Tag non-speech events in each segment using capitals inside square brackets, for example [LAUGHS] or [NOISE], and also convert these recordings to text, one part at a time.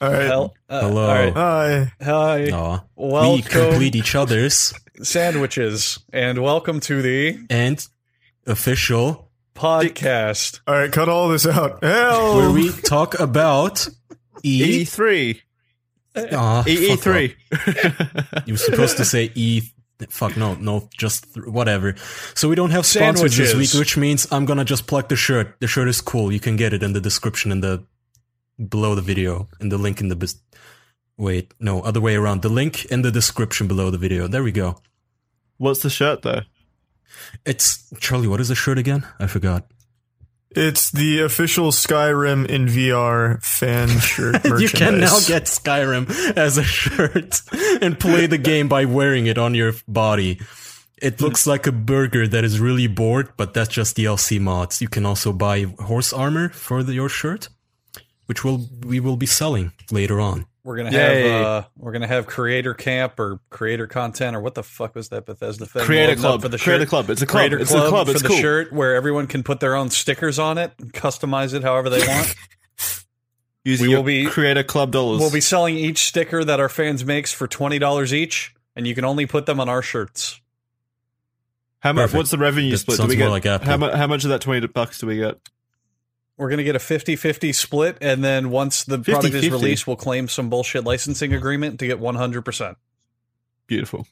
All right. Hel- uh, Hello. all right. Hi. Hi. Aw. we Welcome, complete each other's sandwiches, and welcome to the and official podcast. All right. Cut all this out. Hell. where we talk about E. E3. Aw, E- fuck E3. off. You were supposed to say E. Fuck no, no, just th- whatever. So we don't have sponsors this Sandwiches. week, which means I'm gonna just plug the shirt. The shirt is cool. You can get it in the description in the below the video and the link in the bes- wait no other way around. The link in the description below the video. There we go. What's the shirt though? It's Charlie. What is the shirt again? I forgot. it's the official Skyrim in VR fan shirt merchandise. You can now get Skyrim as a shirt and play the game by wearing it on your body. It looks like a burger that is really bored, but that's just DLC mods. You can also buy horse armor for the, your shirt, which will we will be selling later on. We're gonna Yay. have uh, we're gonna have creator camp or creator content or what the fuck was that Bethesda thing? Creator Loads up Club. for the shirt. Creator Club. It's a club. Creator it's club a club. for It's the cool. shirt where everyone can put their own stickers on it, and customize it however [LAUGHS] they want. Using We will your be- Creator Club dollars. we'll be selling each sticker that our fans makes for twenty dollars each, and you can only put them on our shirts. how much? Perfect. What's the revenue That split? Do sounds we more get like Apple. how much? How much of that twenty bucks do we get? We're gonna get a 50-50 split, and then once the product is 50-50? released, we'll claim some bullshit licensing agreement to get one hundred percent. [LAUGHS] Beautiful.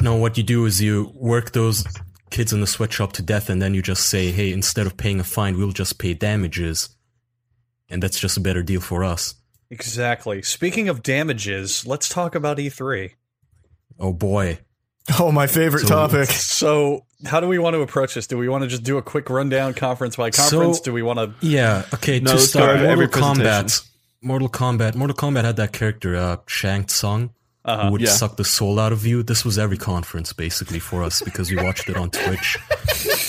No, what you do is you work those kids in the sweatshop to death, and then you just say, "Hey, instead of paying a fine, we'll just pay damages," and that's just a better deal for us. Exactly. Speaking of damages, let's talk about E E3. Oh boy, Oh, my favorite So- topic. So, how do we want to approach this? Do we want to just do a quick rundown conference by So- conference? do we want to Yeah. Okay. No, to let's start, go over Mortal every Kombat. presentation. Mortal Kombat. Mortal Kombat had that character, uh, Shang Tsung, uh who would Uh-huh, yeah. suck the soul out of you. This was every conference basically for us because we watched it on [LAUGHS] Twitch.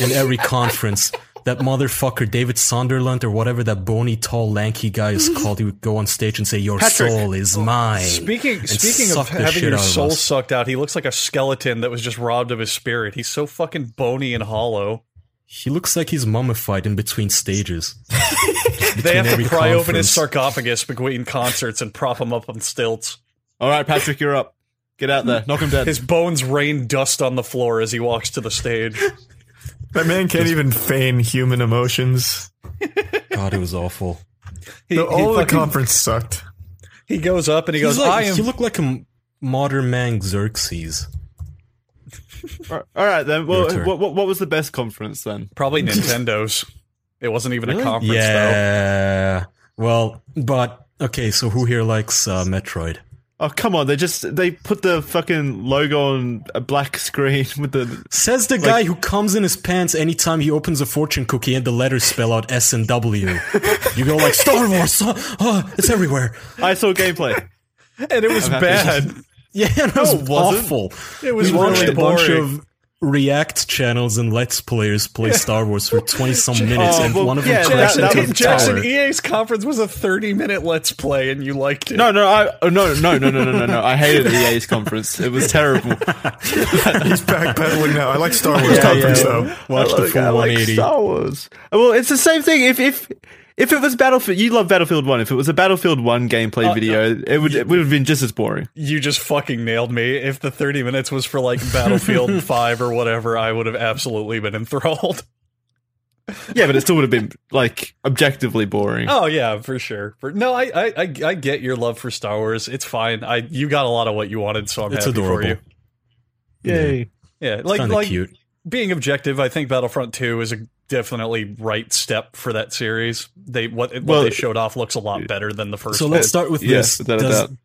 In every conference, that motherfucker David Sunderland or whatever that bony, tall, lanky guy is called, he would go on stage and say, "Your Patrick. Oh, soul is mine." Speaking and speaking of suck the having shit your out of soul us. sucked out, he looks like a skeleton that was just robbed of his spirit. He's so fucking bony and hollow. He looks like he's mummified in between stages. They have to every pry open his conference. sarcophagus between concerts and prop him up on stilts. All right, Patrick, you're up. Get out there. Knock him dead. His bones rain dust on the floor as he walks to the stage. That man can't even feign human emotions. God, it was awful. He, No, all he, the fucking- conference sucked. he goes up and he goes, He's like- "I am He looked like a m- modern man Xerxes. All right- all right then. Well, Your turn. what, what what was the best conference then? Probably Nintendo's. It wasn't even a Really? conference yeah. Well, but okay. So who here likes uh, Metroid? Oh come on! They just they put the fucking logo on a black screen [LAUGHS] with the Says the guy who comes in his pants anytime he opens a fortune cookie and the letters spell out S and W. you go like Star Wars. uh, uh, it's everywhere. I saw gameplay. though, [LAUGHS] and it was happy bad. Yeah, [LAUGHS] it was it wasn't. awful. It was we watched really a bunch boring. of React channels and Let's Players play Star Wars for [LAUGHS] twenty some Oh, minutes, and well, one of them yeah, crashed that- that into was- the Jackson, tower. Jackson, EA's conference was a 30-minute Let's Play, and you liked it. No, no, I oh, no, no, no, no, no, no, no. I hated EA's conference. It [LAUGHS] was terrible. He's backpedaling now. I like Star Wars Yeah, conference yeah. though. Watch the full I one eighty. Star Wars. Well, it's the same thing. If if if it was Battlefield, you love Battlefield One. If it was a Battlefield One gameplay Oh, video, it would it would have been just [LAUGHS] as boring. You just fucking nailed me. If the 30 minutes was for, like, Battlefield 5 or whatever, I would have absolutely been enthralled. [LAUGHS] Yeah, but it still would have been like objectively boring. Oh, yeah, for sure. For, no, I, I, I, I get your love for Star Wars. It's fine. I You got a lot of what you wanted, so I'm It's happy for adorable. you. Yay! Yeah, like, Kind of like cute. being objective, I think Battlefront Two is a definitely right step for that series. They what what Well- they showed off looks a lot better than the first. So one. let's start with Yes, this. without a Does- doubt.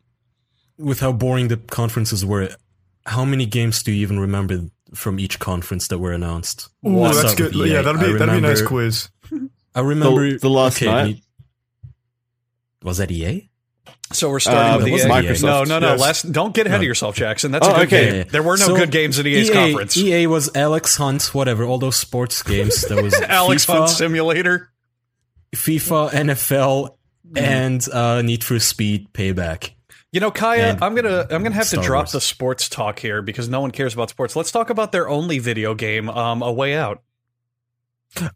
with how boring the conferences were, how many games do you even remember from each conference that were announced? Ooh, Let's that's start with good. Yeah, EA. that'd E be I that'd be a nice remember- quiz. I remember The- the last night? me- Was that E E EA? So we're starting Uh, with that the wasn't EA. Microsoft. No, no, no. Yes. Last, don't get ahead No. of yourself, Jackson. That's Oh, a good okay. game. Yeah. There were no So, E good games at E EA's EA conference. EA was Alex Hunt, whatever, all those sports games. [LAUGHS] That was Alex FIFA, Hunt Simulator. FIFA, NFL, and uh, Need for Speed Payback. You know, Kaya, And I'm gonna I'm gonna have Star to drop Wars. the sports talk here because no one cares about sports. Let's talk about their only video game, um, A Way Out.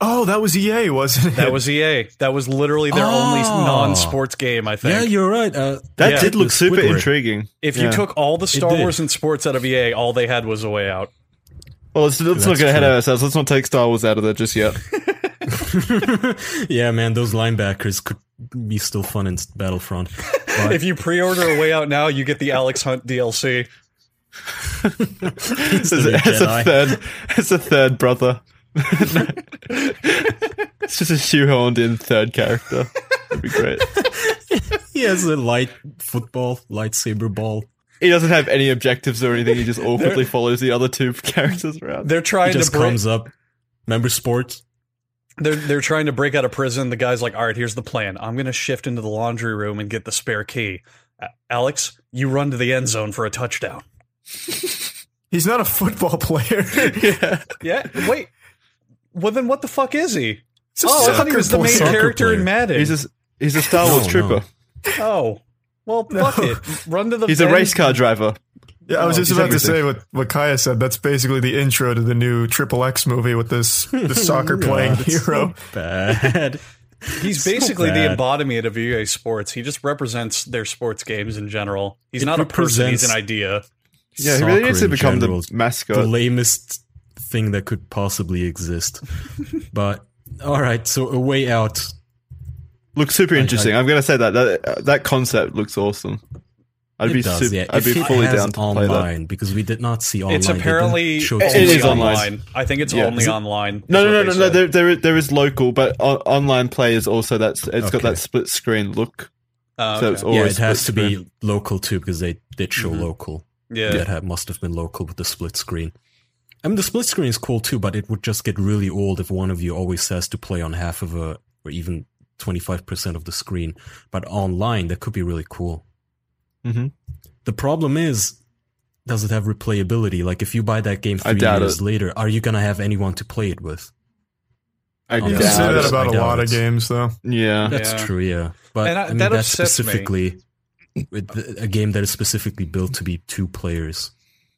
Oh, that was EA, wasn't it? That was EA. That was literally their only Oh. non-sports game. I think. Yeah, you're right. Uh, That Yeah. did look The super Squidward. intriguing. if you Yeah. took all the Star did. Wars and sports out of EA, all they had was a way out. Well, let's, let's not That's get ahead true. of ourselves. Let's not take Star Wars out of there just yet. yeah, man, those linebackers could be still fun in Battlefront. [LAUGHS] But If you pre-order a way out now, you get the Alex Hunt DLC. [LAUGHS] he's As, the new as a Jedi. third, [LAUGHS] as a third brother. [LAUGHS] it's just a shoehorned in third character. That'd be great. he has a light football, lightsaber ball. He doesn't have any objectives or anything. He [LAUGHS] just awkwardly follows the other two [LAUGHS] characters around. They're He trying to just break. comes up. Remember sports? They're they're trying to break out of prison. The guy's like, "All right, here's the plan. I'm going to shift into the laundry room and get the spare key. A- Alex, you run to the end zone for a touchdown." He's not a football [LAUGHS] player. He's Yeah. Yeah. Wait. Well, then what the fuck is he? a Oh, I thought he soccer was the player. main Soccer character in player. Madden. He's a, he's a Star No, Wars no. trooper. oh. Well, fuck No. it. Run to the. He's a end- race car driver. Yeah, I was Oh, just he's about to everything. say what, what Kaya said. That's basically the intro to the new Triple X movie with this, this [LAUGHS] soccer playing God, it's hero. so bad. He's So basically the bad. embodiment of EA Sports. He just represents their sports games in general. He's It not a person. He's represents- an idea. Yeah, he really needs to Soccer in become general. the mascot. the lamest thing that could possibly exist. but all right, so a way out. looks super interesting. I, am going to say that. That, uh, that concept looks awesome. I'd It be does, super, yeah. I'd If be it fully has down to play that. online because we did not see online. It's They didn't apparently show only It is online. online. I think it's Yeah. only Is it- online. is No, what no, they no, no, no. said. There, there, is, there is local, but on, online play is also that's It's got Okay. that split screen look. Uh, So it's okay. all- yeah, always Mm-hmm. it has to split be local too because they did show local. yeah. That had, must have been local with the split screen. I mean, the split screen is cool too, but it would just get really old if one of you always says to play on half of a or even twenty five percent of the screen. But online, that could be really cool. Mhm. The problem is, does it have replayability? Like, if you buy that game I three doubt years it. later, are you gonna have anyone to play it with? I You can You doubt can say that it. about I a doubt lot of it. games, though. Yeah. That's Yeah. true, yeah. But And I- I, mean, that that's upsets me. specifically with the- a game that is specifically built to be two players.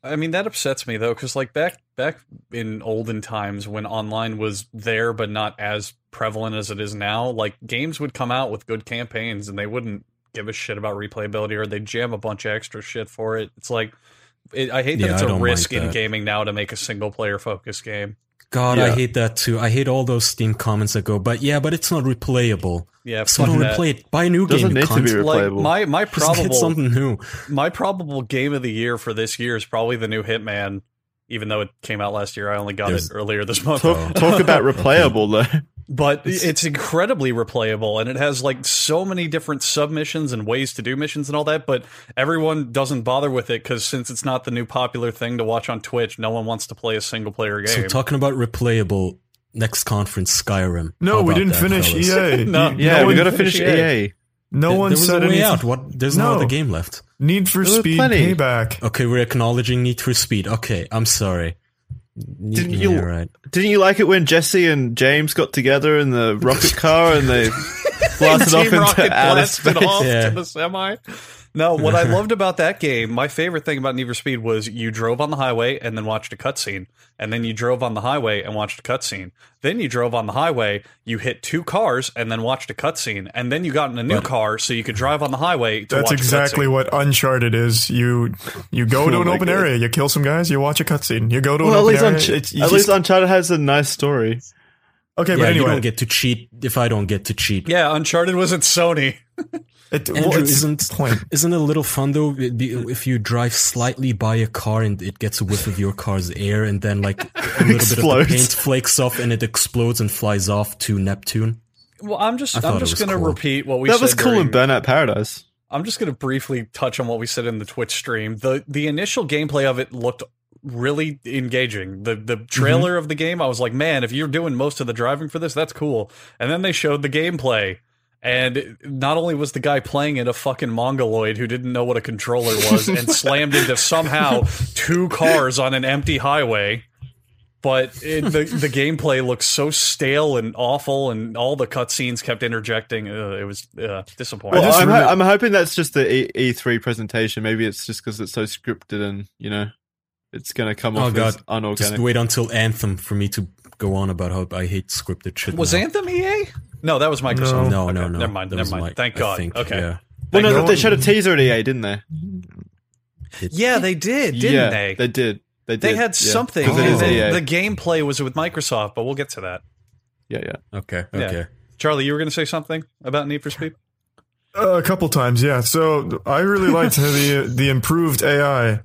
I mean that upsets me though, because like back back in olden times when online was there but not as prevalent as it is now, like games would come out with good campaigns and they wouldn't give a shit about replayability or they would jam a bunch of extra shit for it. It's like it, I hate that Yeah, it's I a don't risk like in that. gaming now to make a single player focused game. God, I Yeah. hate that too. I hate all those Steam comments that go, but yeah, but it's not replayable. Yeah, So fuck don't that. replay it. Buy a new uh, Doesn't game. need you [LAUGHS] to be cunt. Like replayable. my my Just get probable something new. my probable game of the year for this year is probably the new Hitman, even though it came out last year. I only got There's- it earlier this month. Oh. Talk, talk about replayable, though. but It's- it's incredibly replayable and it has like so many different submissions and ways to do missions and all that but everyone doesn't bother with it because since it's not the new popular thing to watch on twitch no one wants to play a single player So game talking about replayable, next conference Skyrim. How No, we about didn't that, finish fellas? EA. No. You- Yeah, no we one, got to finish E EA. no There- one there was said a way anything. out. What? There's no No. other game left. Need for There was Speed plenty. Payback. Okay, we're acknowledging Need for Speed. Okay, I'm sorry. Didn't yeah, you- Right. Didn't you like it when Jesse and James got together in the rocket car and they [LAUGHS] blasted off Team into Rocket outer blasted space? [LAUGHS] off Yeah. to the semi. No, what I loved about that game, my favorite thing about Need for Speed was you drove on the highway and then watched a cutscene, and then you drove on the highway and watched a cutscene. Then you drove on the highway, you hit two cars and then watched a cutscene, and then you got in a new car so you could drive on the highway to That's watch exactly a cutscene. what Uncharted is. You you go to Oh an my open God. area, you kill some guys, you watch a cutscene. You go to Well, at an least, open Unch- area. at it's- you least just- Uncharted has a nice story. okay, yeah, but you don't anyway, get to cheat if I don't get to cheat. Yeah, Uncharted was at Sony. it, well, Andrew, it's- isn't point. isn't it a little fun though? The- the- If you drive slightly by a car and it gets a whiff of your car's air, and then like a little bit of Explodes. the paint flakes off and it explodes and flies off to Neptune. Well, I'm just I thought I'm it just was gonna cool. repeat what we that said was cool during, in Burnout Paradise. I'm just going to briefly touch on what we said in the Twitch stream. The the initial gameplay of it looked really engaging. The the trailer of the game, I was like, "Man, if you're doing most of the driving for this, that's cool." And then they showed the gameplay and not only was the guy playing it a fucking mongoloid who didn't know what a controller was and slammed into somehow two cars on an empty highway, but it, the the gameplay looked so stale and awful, and all the cutscenes kept interjecting. Ugh, it was uh, disappointing. Well, just I'm, remember- ho- I'm hoping that's just the e- E3 presentation. Maybe it's just because it's so scripted and you know it's going to come Oh, off God. as unorganic. Just wait until Anthem for me to go on about how I hate scripted shit. Was now. Anthem EA? No, that was Microsoft. No, Okay, no, no. Never mind. That Never was mind. my- Thank I God. think, okay. yeah. Well, Thank no, God. they showed a teaser at EA, didn't they? Yeah, they did, didn't yeah, they? They did. They did. They had yeah. something. 'Cause it is E and EA. then The gameplay was with Microsoft, but we'll get to that. yeah, yeah. Okay, Yeah. okay. Charlie, you were going to say something about Need for Speed? Uh, a couple times, yeah. So I really liked the the improved AI.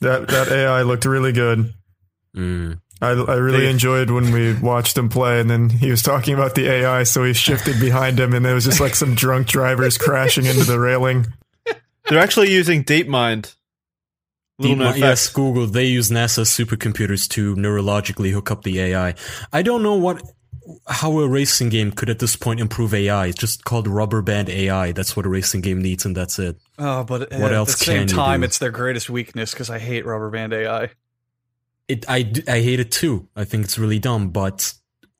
That that AI looked really good. Mm. I, I really They- enjoyed when we watched him play, and then he was talking about the AI, so he shifted behind him, and there was just like some drunk drivers crashing into the railing. They're actually using DeepMind. Little known DeepMind, fact. yes, Google. They use NASA's supercomputers to neurologically hook up the AI. I don't know what how a racing game could at this point improve AI. It's just called rubber band AI. That's what a racing game needs, and that's it. Oh, but at What else the same can you time, do? it's their greatest weakness because I hate rubber band AI. It. I. d- I hate it too. I think it's really dumb, but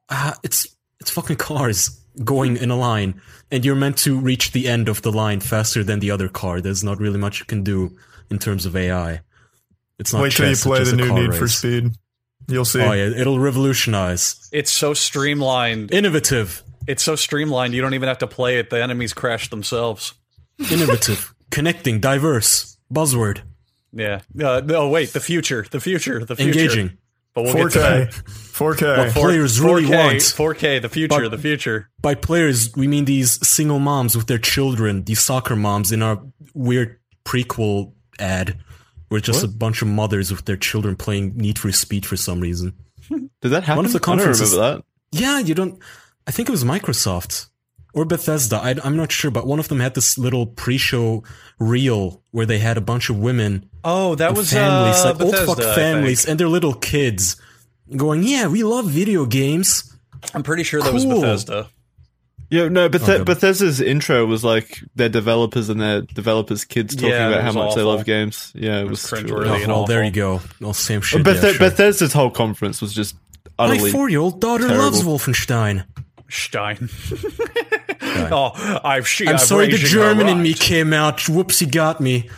uh, it's it's fucking cars going in a line, and you're meant to reach the end of the line faster than the other car. There's not really much you can do in terms of AI. It's not Wait till you chess, it's play just the a new car Need for race. Speed. You'll see. Oh yeah, it'll revolutionize. It's so streamlined. Innovative. It's so streamlined. You don't even have to play it. The enemies crash themselves. innovative, connecting, diverse, buzzword, Yeah. Uh, no, wait. The future. The future. The future. engaging. But we'll get to that. 4K. 4K. Well, Players really 4K, want. 4K. The future. But- the future. By players, we mean these single moms with their children, these soccer moms in our weird prequel ad. We're just a bunch of mothers with their children playing Need for Speed for some reason. Did that happen? One of the I conferences- don't remember that. Yeah, you don't. I think it was Microsoft or Bethesda. I, I'm not sure, but one of them had this little pre-show reel where they had a bunch of women Oh, that and was families, uh, like old Bethesda, I fuck think. families, and their little kids going, "Yeah, we love video games." I'm pretty sure that was Cool. Bethesda. Yeah, no, Bethe- Okay. Bethesda's intro was like their developers and their developers' kids talking Yeah, it about how was much they awful. love games. Yeah, it, was, was cringeworthy. truly- Really oh, an well, there awful- you go. Well, same But shit. Bethe- yeah, sure. Bethesda's whole conference was just My utterly. four-year-old daughter terrible. loves Wolfenstein. Stein. [LAUGHS] oh, I've she. I'm I've sorry, the raging German in me arrived. came out. Whoopsie, got me.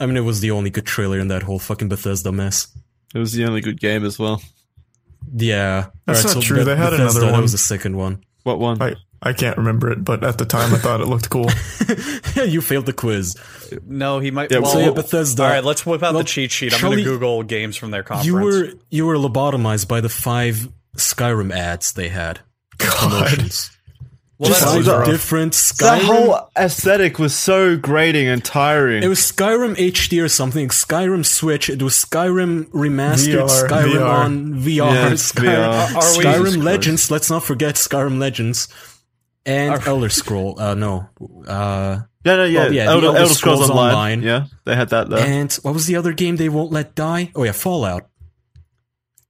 I mean, it was the only good trailer in that whole fucking Bethesda mess. It was the only good game as well. Yeah, That's not true. They had another Bethesda, That one. was the second one. [LAUGHS] What one? I, I can't remember it, but at the time I thought it looked [LAUGHS] cool. you failed the quiz. No, he might. Yeah, well, so yeah, Bethesda. All right, let's whip out Well, the cheat sheet. I'm shall going to we- Google games from their conference. you were you were lobotomized by the five Skyrim ads they had. God. Promotions. well, Just that's sounds five rough. different Skyrim. that whole aesthetic was so grating and tiring. It was Skyrim HD or something. Skyrim Switch. It was Skyrim remastered. VR, Skyrim VR. on VR. Yes, Skyrim, VR. Are- are we- Skyrim Jesus Legends. Let's not forget Skyrim Legends and Are- Elder Scroll. Uh, no. Uh, yeah, no, yeah, well, yeah, the Elder, Elder Elder Scrolls, Scrolls Online. Online. Yeah, they had that there. and what was the other game they won't let die? Oh yeah, Fallout.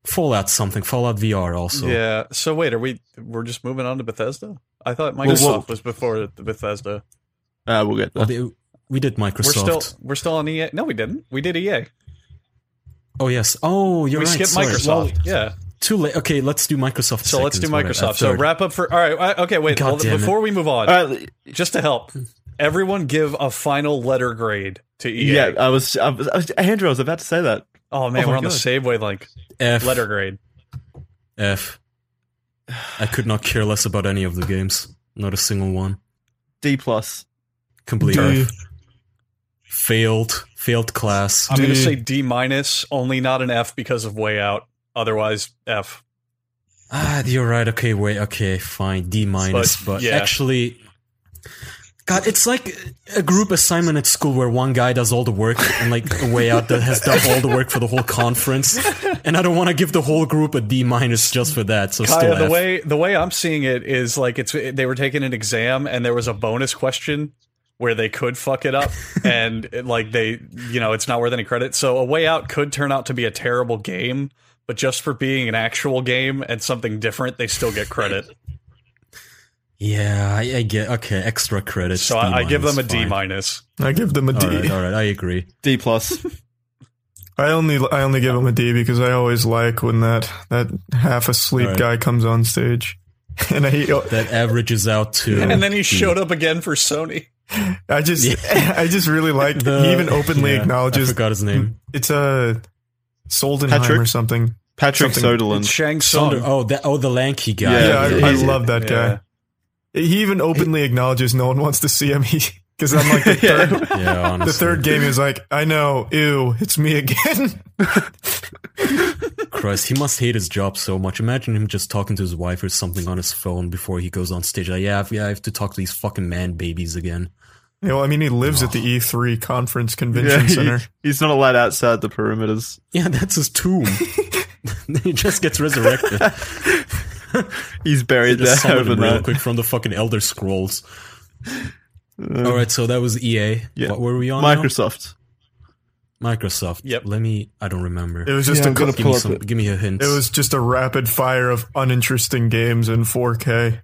Fallout something. Fallout VR also. Yeah. So wait, are we? We're just moving on to Bethesda? I thought what- Microsoft was before the Bethesda. Ah, we'll get Well, there. Oh, they- we did Microsoft. We're still we're still on EA. No, we didn't. We did EA. oh yes. Oh, you're we right. skipped sorry. Microsoft. Well, yeah. too late. Okay, let's do Microsoft. So let let's do second, whatever, Uh, Microsoft. So third. wrap up for all right. I- Okay, wait. God Well, damn it. before we move on, All right, just to help everyone, give a final letter grade to EA. yeah, I was, I was, I was- Andrew. I was about to say that. Oh man, Oh my we're on the God. same wavelength. F. Letter grade. F. I could not care less about any of the games. Not a single one. D plus. Complete D. F. Failed. Failed class. I'm gonna D. say D minus, only not an F because of way out. Otherwise, F. Ah, you're right. Okay, wait. Okay, fine. D minus. But, But, yeah. actually, God, it's like a group assignment at school where one guy does all the work and like a way out that has done all the work for the whole conference. And I don't want to give the whole group a D minus just for that. So still Kaya, the F. way the way I'm seeing it is like it's they were taking an exam and there was a bonus question where they could fuck it up and like they you know it's not worth any credit. So a way out could turn out to be a terrible game, but just for being an actual game and something different, they still get credit. yeah, I, I get okay. Extra credits. so I, I give them a D fine. minus. I give them a D. All right, all right. I agree. [LAUGHS] D plus. I only I only give him a D because I always like when that that half asleep Alright. guy comes on stage, [LAUGHS] and I That averages out to. And then he showed up again for Sony. I just [LAUGHS] I just really like he even openly yeah, I acknowledges forgot his name. it's a Soldenheim Patrick? or something. Patrick Something- It's Soderlund. Shang Thunder. Tsung. Oh, that. Oh, the lanky guy. Yeah, Yeah, I, I he's- love that yeah. guy. He even openly acknowledges no one wants to see him. [LAUGHS] Because I'm like the Yeah. third, Yeah, the honestly. third game is like, I know, ew, it's me [LAUGHS] again. Christ, he must hate his job so much. Imagine him just talking to his wife or something on his phone before he goes on stage. Like, yeah, I've- yeah, I have to talk to these fucking man babies again. you know, I mean, he lives at the E3 conference convention Yeah, he- center. He's not allowed outside the perimeters. Yeah, that's his [LAUGHS] tomb. [LAUGHS] he just gets resurrected. He's buried Just there summon him real overnight. quick from the fucking Elder Scrolls. Uh, All right, so that was EA. yeah. What were we on? now? Microsoft. Microsoft. Yep. Let me. I don't remember. It was just Yeah, a I'm gonna cl- give me pull up some. it. Give me a hint. it was just a rapid fire of uninteresting games in 4K.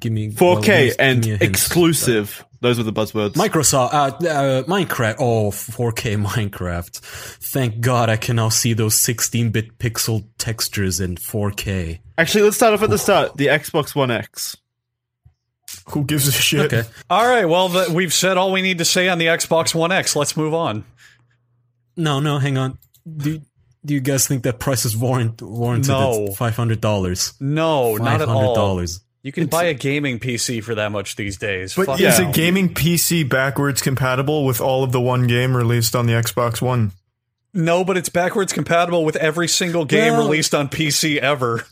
give me well, 4K give me- give and me a hint. exclusive. Those were the buzzwords. Microsoft, uh, uh, Minecraft. Oh, 4K [LAUGHS] Minecraft. Thank God I can now see those 16-bit pixel textures in 4K. Actually, let's start off at the start. The Xbox One X. Who gives a shit? Okay. All right, well, the, we've said all we need to say on the Xbox One X. Let's move on. No, no, hang on. Do do you guys think that price is warrant warranted? No. Five hundred dollars. No, not at all. dollars. You can buy a gaming PC for that much these days. But Fuck is yeah. a gaming PC backwards compatible with all of the one game released on the Xbox One? No, but it's backwards compatible with every single game Well- released on PC ever.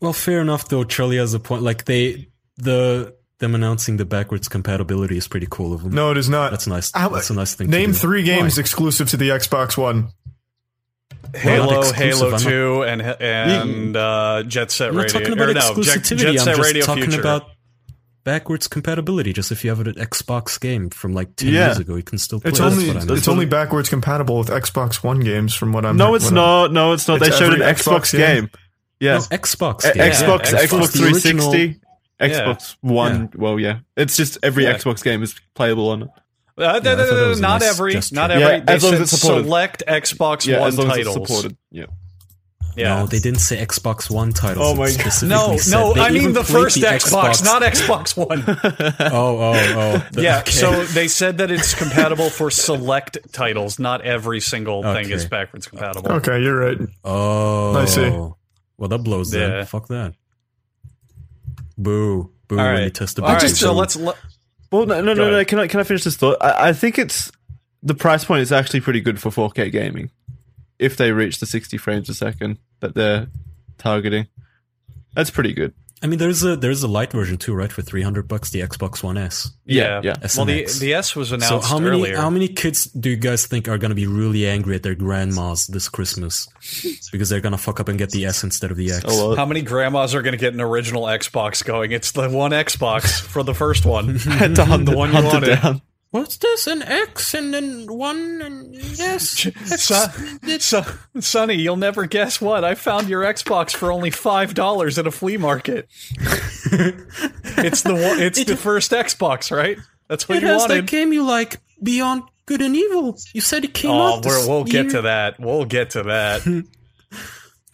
Well, fair enough though. Charlie has a point. Like they the them announcing the backwards compatibility is pretty cool of them. No, it is not. that's nice. How- that's a nice thing. Name to do. three games Why? exclusive to the Xbox One. not Halo, exclusive, I'm Halo not- Two, and and uh, Jet Set I'm not Radio. talking about or no, Jet, exclusivity. Jet Set I'm just Radio talking Future. Uh, about backwards compatibility. Just if you have an Xbox game from like ten Yeah. years ago, you can still play. It's That's only what I meant. it's only backwards compatible with Xbox One games, from what I'm. No, it's what I'm- not. No, it's not. It's they showed an every Xbox, Xbox game. game. Yeah. No, Xbox. A- games. Xbox, Yeah, Xbox, Xbox, the original- 360, Xbox One. Yeah. Well, yeah. It's just every Yeah. Xbox game is playable on it. Uh, Yeah, I thought that was a not nice every, gesture. not Yeah, every. they as long as said it's supported. select Xbox Yeah, One as long titles. as it's supported. Yeah. Yeah. No, they didn't say Xbox One titles. Oh It my God. specifically No, said no, they I mean even the played first Xbox, not Xbox One. oh, [LAUGHS] oh, oh. yeah, [LAUGHS] Okay. so they said that it's compatible for select titles. Not every single Okay. thing is backwards compatible. Okay, you're right. Oh, I see. Well, that blows. Then Yeah. fuck that. Boo, boo. All when right. you test the All right, boundaries. so let's. Let, Well, no, Go no, no, no. ahead. Can I can I finish this thought? I, I think it's the price point is actually pretty good for 4K gaming, if they reach the 60 frames a second that they're targeting. That's pretty [LAUGHS] good. I mean, there's a there's a light version too, right? For three hundred bucks, the Xbox One S. Yeah, yeah. S Well, and the X. the S was So announced how many earlier. how many kids do you guys think are gonna be really angry at their grandmas this Christmas because they're gonna fuck up and get the S instead of the X? Oh well, How many grandmas are going to get an original Xbox going? It's the one Xbox for the first [LAUGHS] one. I had to hunt The one you hunt wanted. it down. What's this? An X and then one and [LAUGHS] yes. Son, so, Sonny, you'll never guess what. I found your Xbox for only five dollars at a flea [LAUGHS] market. it's the one. It's the first Xbox, right? That's what you wanted. game you like, Beyond Good and Evil. You said it came Oh, we're, we'll get to that. We'll get to that.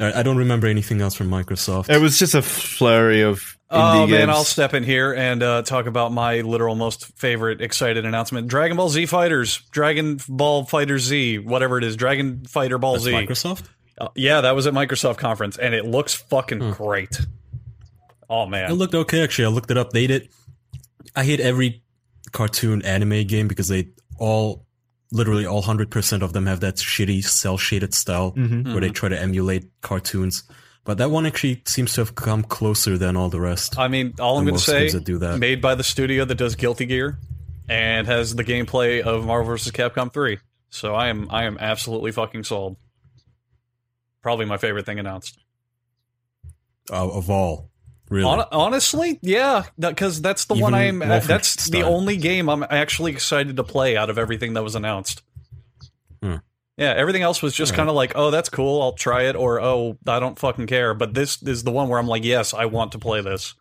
I don't remember anything else from Microsoft. It was just a flurry of indie Oh games. man, I'll step in here and uh, talk about my literal most favorite excited announcement: Dragon Ball Z Fighters, Dragon Ball Fighter Z, whatever it is, Dragon Fighter Ball That's Z. Microsoft. Uh, yeah, that was at Microsoft conference, and it looks fucking Hmm. great. Oh It man, looked okay actually. I looked it up. They did. I hate every cartoon anime game because they all, literally all hundred percent of them have that shitty cell shaded style Mhm. where they Mm-hmm. try to emulate cartoons. But that one actually seems to have come closer than all the rest. I mean, all I'm The going to most say, games that do that. made by the studio that does Guilty Gear, and has the gameplay of Marvel vs. Capcom 3. So I am, I am absolutely fucking sold. Probably my favorite thing announced. Uh, of all, really. Hon- honestly, yeah, because that's the Even one I'm. Wolfenstein. That's the only game I'm actually excited to play out of everything that was announced. Hmm. Yeah, everything else was just Alright. kind of like, oh, that's cool, I'll try it, or oh, I don't fucking care. But this is the one where I'm like, yes, I want to play this.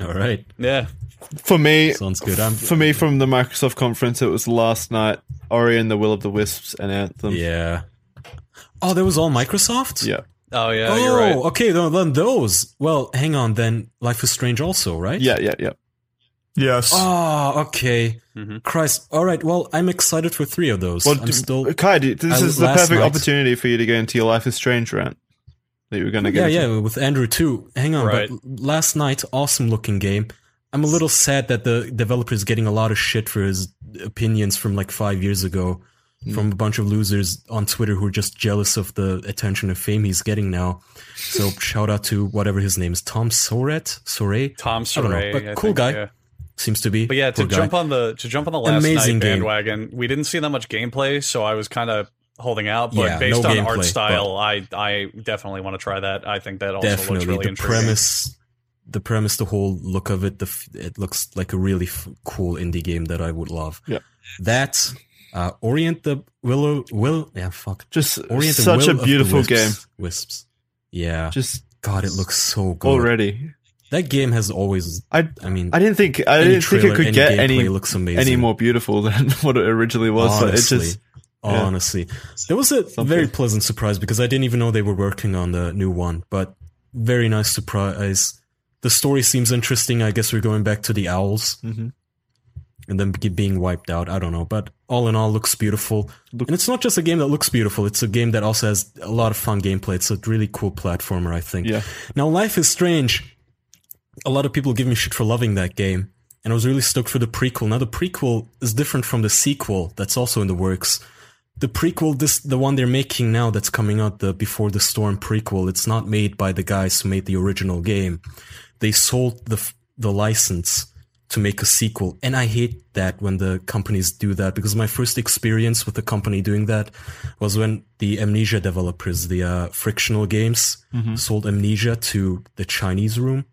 all right, Yeah, For me, sounds good. I'm. for me, from the Microsoft conference, it was last night. Ori and the Will of the Wisps and Anthem. Yeah. Oh, that was all Microsoft. yeah, oh Mm. yeah, oh, you're right. okay. Then, then those. Well, hang on. Then Life is Strange also, right? yeah, yeah. yeah. Yes. Oh, okay. Mhm. Christ. All right. Well, I'm excited for three of those. Well, I'm d- still. Kai, d- this I- is the last perfect night- opportunity for you to go into your Life is Strange rant that you were going to Oh, Yeah, get. yeah, with Andrew too. Hang on, Right. but last night, awesome looking game. I'm a little sad that the developer is getting a lot of shit for his opinions from like five years ago Mm. from a bunch of losers on Twitter who are just jealous of the attention and fame he's getting now. So shout out to whatever his name is, Tom Soret, Soray Tom I don't know, Saray, but I cool think, guy. Yeah. seems to be. But yeah, to Poor guy. jump on the to jump on the last Amazing night game. bandwagon, we didn't see that much gameplay, so I was kind of holding out. But Yeah, based no on gameplay, art but- style, I I definitely want to try that. I think that also definitely looks really the interesting. premise the premise the whole look of it the f- it looks like a really f- cool indie game that i would love Yeah. that uh orient the willow will yeah fuck Just orient the such Will a of the beautiful Wisps- game. wisps yeah Just god it looks so good already. that game has always I i mean I didn't think I any didn't think trailer, it could any get gameplay any looks amazing any more beautiful [LAUGHS] than what it originally was. Like, it's honestly just yeah. honestly there was a Something. very pleasant surprise because i didn't even know they were working on the new one but very nice surprise the story seems interesting i guess we're going back to the owls Mhm. and then be- being wiped out i don't know but all in all looks beautiful Look- and it's not just a game that looks beautiful it's a game that also has a lot of fun gameplay it's a really cool platformer i think yeah. now, Life is Strange. A lot of people give me shit for loving that game, and I was really stoked for the prequel. Now, the prequel is different from the sequel that's also in the works. The prequel, this the one they're making now that's coming out, the Before the Storm prequel. It's not made by the guys who made the original game. They sold the f- the license to make a sequel, and I hate that when the companies do that because my first experience with the company doing that was when the Amnesia developers, the uh, Frictional Games, sold Amnesia to the Chinese Room,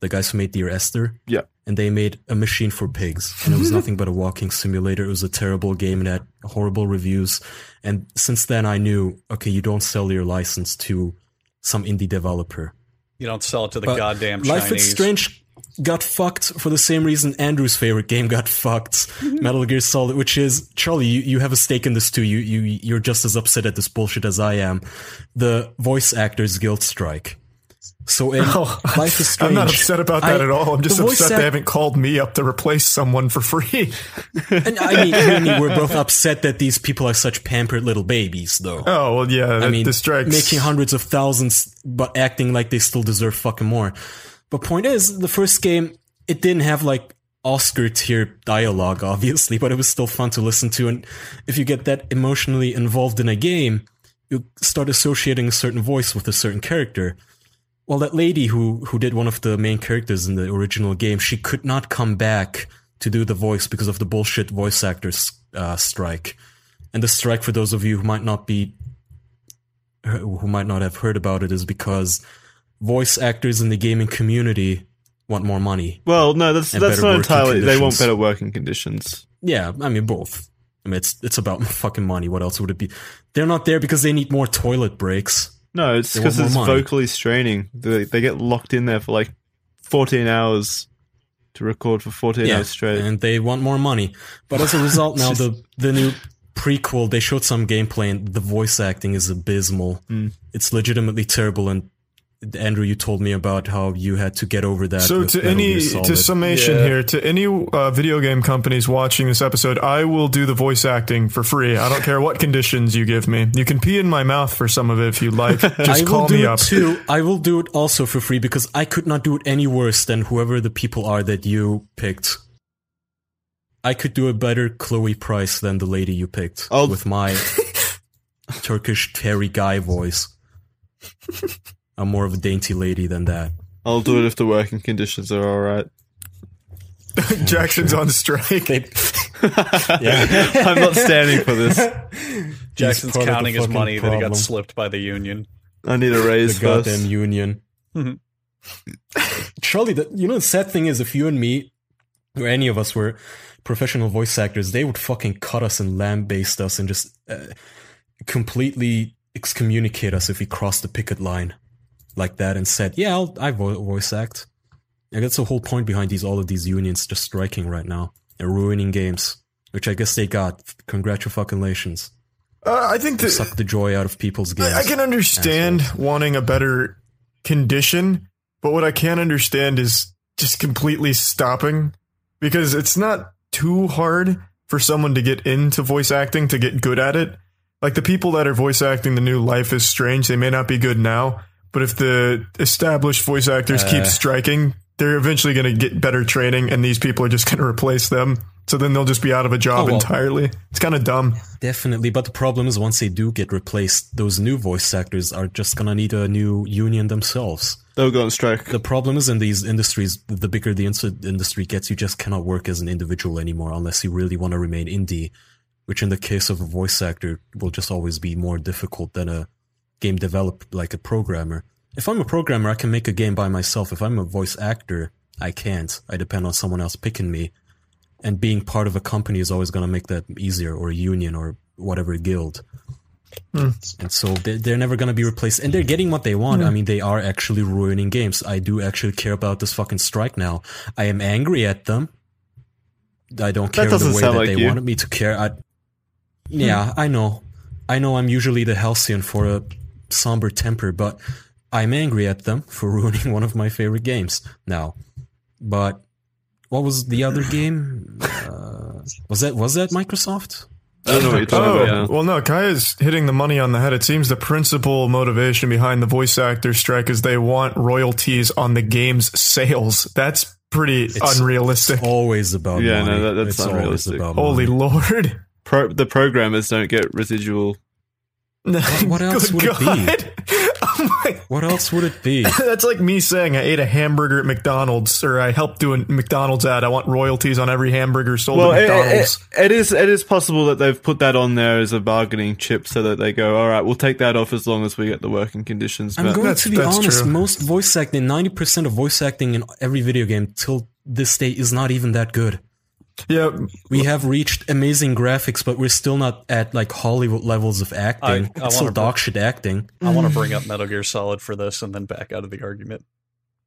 the guys who made Dear Esther. Yeah. And they made a machine for pigs. And it was nothing but a walking simulator. It was a terrible game and had horrible reviews. And since then, I knew okay, you don't sell your license to some indie developer. You don't sell it to the But goddamn Life Chinese. is Strange got fucked for the same reason Andrew's favorite game got [LAUGHS] fucked, Metal Gear Solid, which is Charlie. You, you have a stake in this too. You you you're just as upset at this bullshit as I am. The voice actors guild strike. So [LAUGHS] in Life is Strange, Oh, I'm not upset about that I- at all. I'm just the voice upset they act- haven't called me up to replace someone for free. [LAUGHS] and I mean, you and me, we're both upset that these people are such pampered little babies, though. Oh well, yeah, that I mean, distracts. making hundreds of thousands, but acting like they still deserve fucking more. But point is, the first game it didn't have like Oscar tier dialogue, obviously, [LAUGHS] but it was still fun to listen to. And if you get that emotionally involved in a game, you start associating a certain voice with a certain character. Well, that lady who who did one of the main characters in the original game, she could not come back to do the voice because of the bullshit voice actors uh, strike. And the strike, for those of you who might not be who might not have heard about it is because voice actors in the gaming community want more money. Well, no, that's And that's better not working entirely. They want conditions. better working conditions. Yeah, I mean both. I mean it's it's about [LAUGHS] fucking money. What else would it be? They're not there because they need more toilet breaks. No, it's They because want it's more money. vocally straining. They, they get locked in there for like 14 hours to record for 14 hours straight. and they want more money. [LAUGHS] But as a result, now the the new prequel they showed some gameplay and the voice acting is abysmal. Mm. It's legitimately terrible. And Andrew, you told me about how you had to get over that. So with to Metal any Gear to Solid. summation Yeah. here, to any uh, video game companies watching this episode, I will do the voice acting for free. I don't care what conditions you give me. You can pee in my mouth for some of it if you [LAUGHS] like. I Just will call do me it up. too. I will do it also for free because I could not do it any worse than whoever the people are that you picked. I could do a better Chloe Price than the lady you picked Oh. I'll- [LAUGHS] with my Turkish Terry guy voice. I'm more of a dainty lady than that. I'll do it if the working conditions are all right. [LAUGHS] Jackson's on strike. [LAUGHS] I'm not standing for this. Jackson's He's part of the counting his fucking money that he got problem. slipped by the union. I need a raise [LAUGHS] the goddamn first. union. Mhm. Charlie, Mm-hmm. the, you know the sad thing is, if you and me or any of us were professional voice actors, they would fucking cut us and lambaste us and just uh, completely excommunicate us if we crossed the picket line like that and said, "Yeah, I'll, I vo- voice act." And that's the whole point behind these all of these unions just striking right now and ruining games, which I guess they got. Congratulations, Uh, I think that suck the joy out of people's games. I, I can understand wanting a better condition, but what I can't understand is just completely stopping because it's not too hard for someone to get into voice acting to get good at it. Like the people that are voice acting the new Life is Strange, they may not be good now, but if the established voice actors Uh. keep striking, they're eventually going to get better training, and these people are just going to replace them. So then they'll just be out of a job Oh, well. entirely. It's kind of dumb. Definitely, but the problem is once they do get replaced, those new voice actors are just gonna need a new union themselves. They'll go on strike. The problem is in these industries, the bigger the ins- industry gets, you just cannot work as an individual anymore unless you really want to remain indie, which in the case of a voice actor will just always be more difficult than a game develop like a programmer. If I'm a programmer, I can make a game by myself. If I'm a voice actor, I can't. I depend on someone else picking me. And being part of a company is always going to make that easier, or a union, or whatever guild. Hmm. And so they're, they're never going to be replaced. And they're getting what they want. I mean, they are actually ruining games. I do actually care about this fucking strike now. I am angry at them. I don't care the doesn't way that sound like they you. Hmm. wanted me to care. I, yeah, I know. I know I'm usually the halcyon for a somber temper, but I'm angry at them for [LAUGHS] ruining one of my favorite games now. But what was the other game? Uh, was that was that Microsoft? I don't know what you're talking Oh, about. uh, now. well, no, Kai is hitting the money on the head. It seems the principal motivation behind the voice actor strike is they want royalties on the game's sales. That's pretty It's- unrealistic. Always about Yeah, money. no, that- that's it's not always realistic. about Holy money. lord. Pro- the programmers don't get residual. [LAUGHS] what else would it be? it be? [LAUGHS] Oh my What else would it be? That's like me saying I ate a hamburger at McDonald's or I helped do a McDonald's ad. I want royalties on every hamburger sold Well, at eh, it, McDonald's. it- it is it is possible that they've put that on there as a bargaining chip, so that they go, all right, we'll take that off as long as we get the working conditions. I'm back." going That's- to be that's honest. true. Most voice acting, ninety percent of voice acting in every video game till this day is not even that good. yeah, We have reached amazing graphics, but we're still not at like Hollywood levels of acting. I- I wanna it's still br- dog shit acting. I want to bring up Metal Gear Solid for this and then back out of the argument.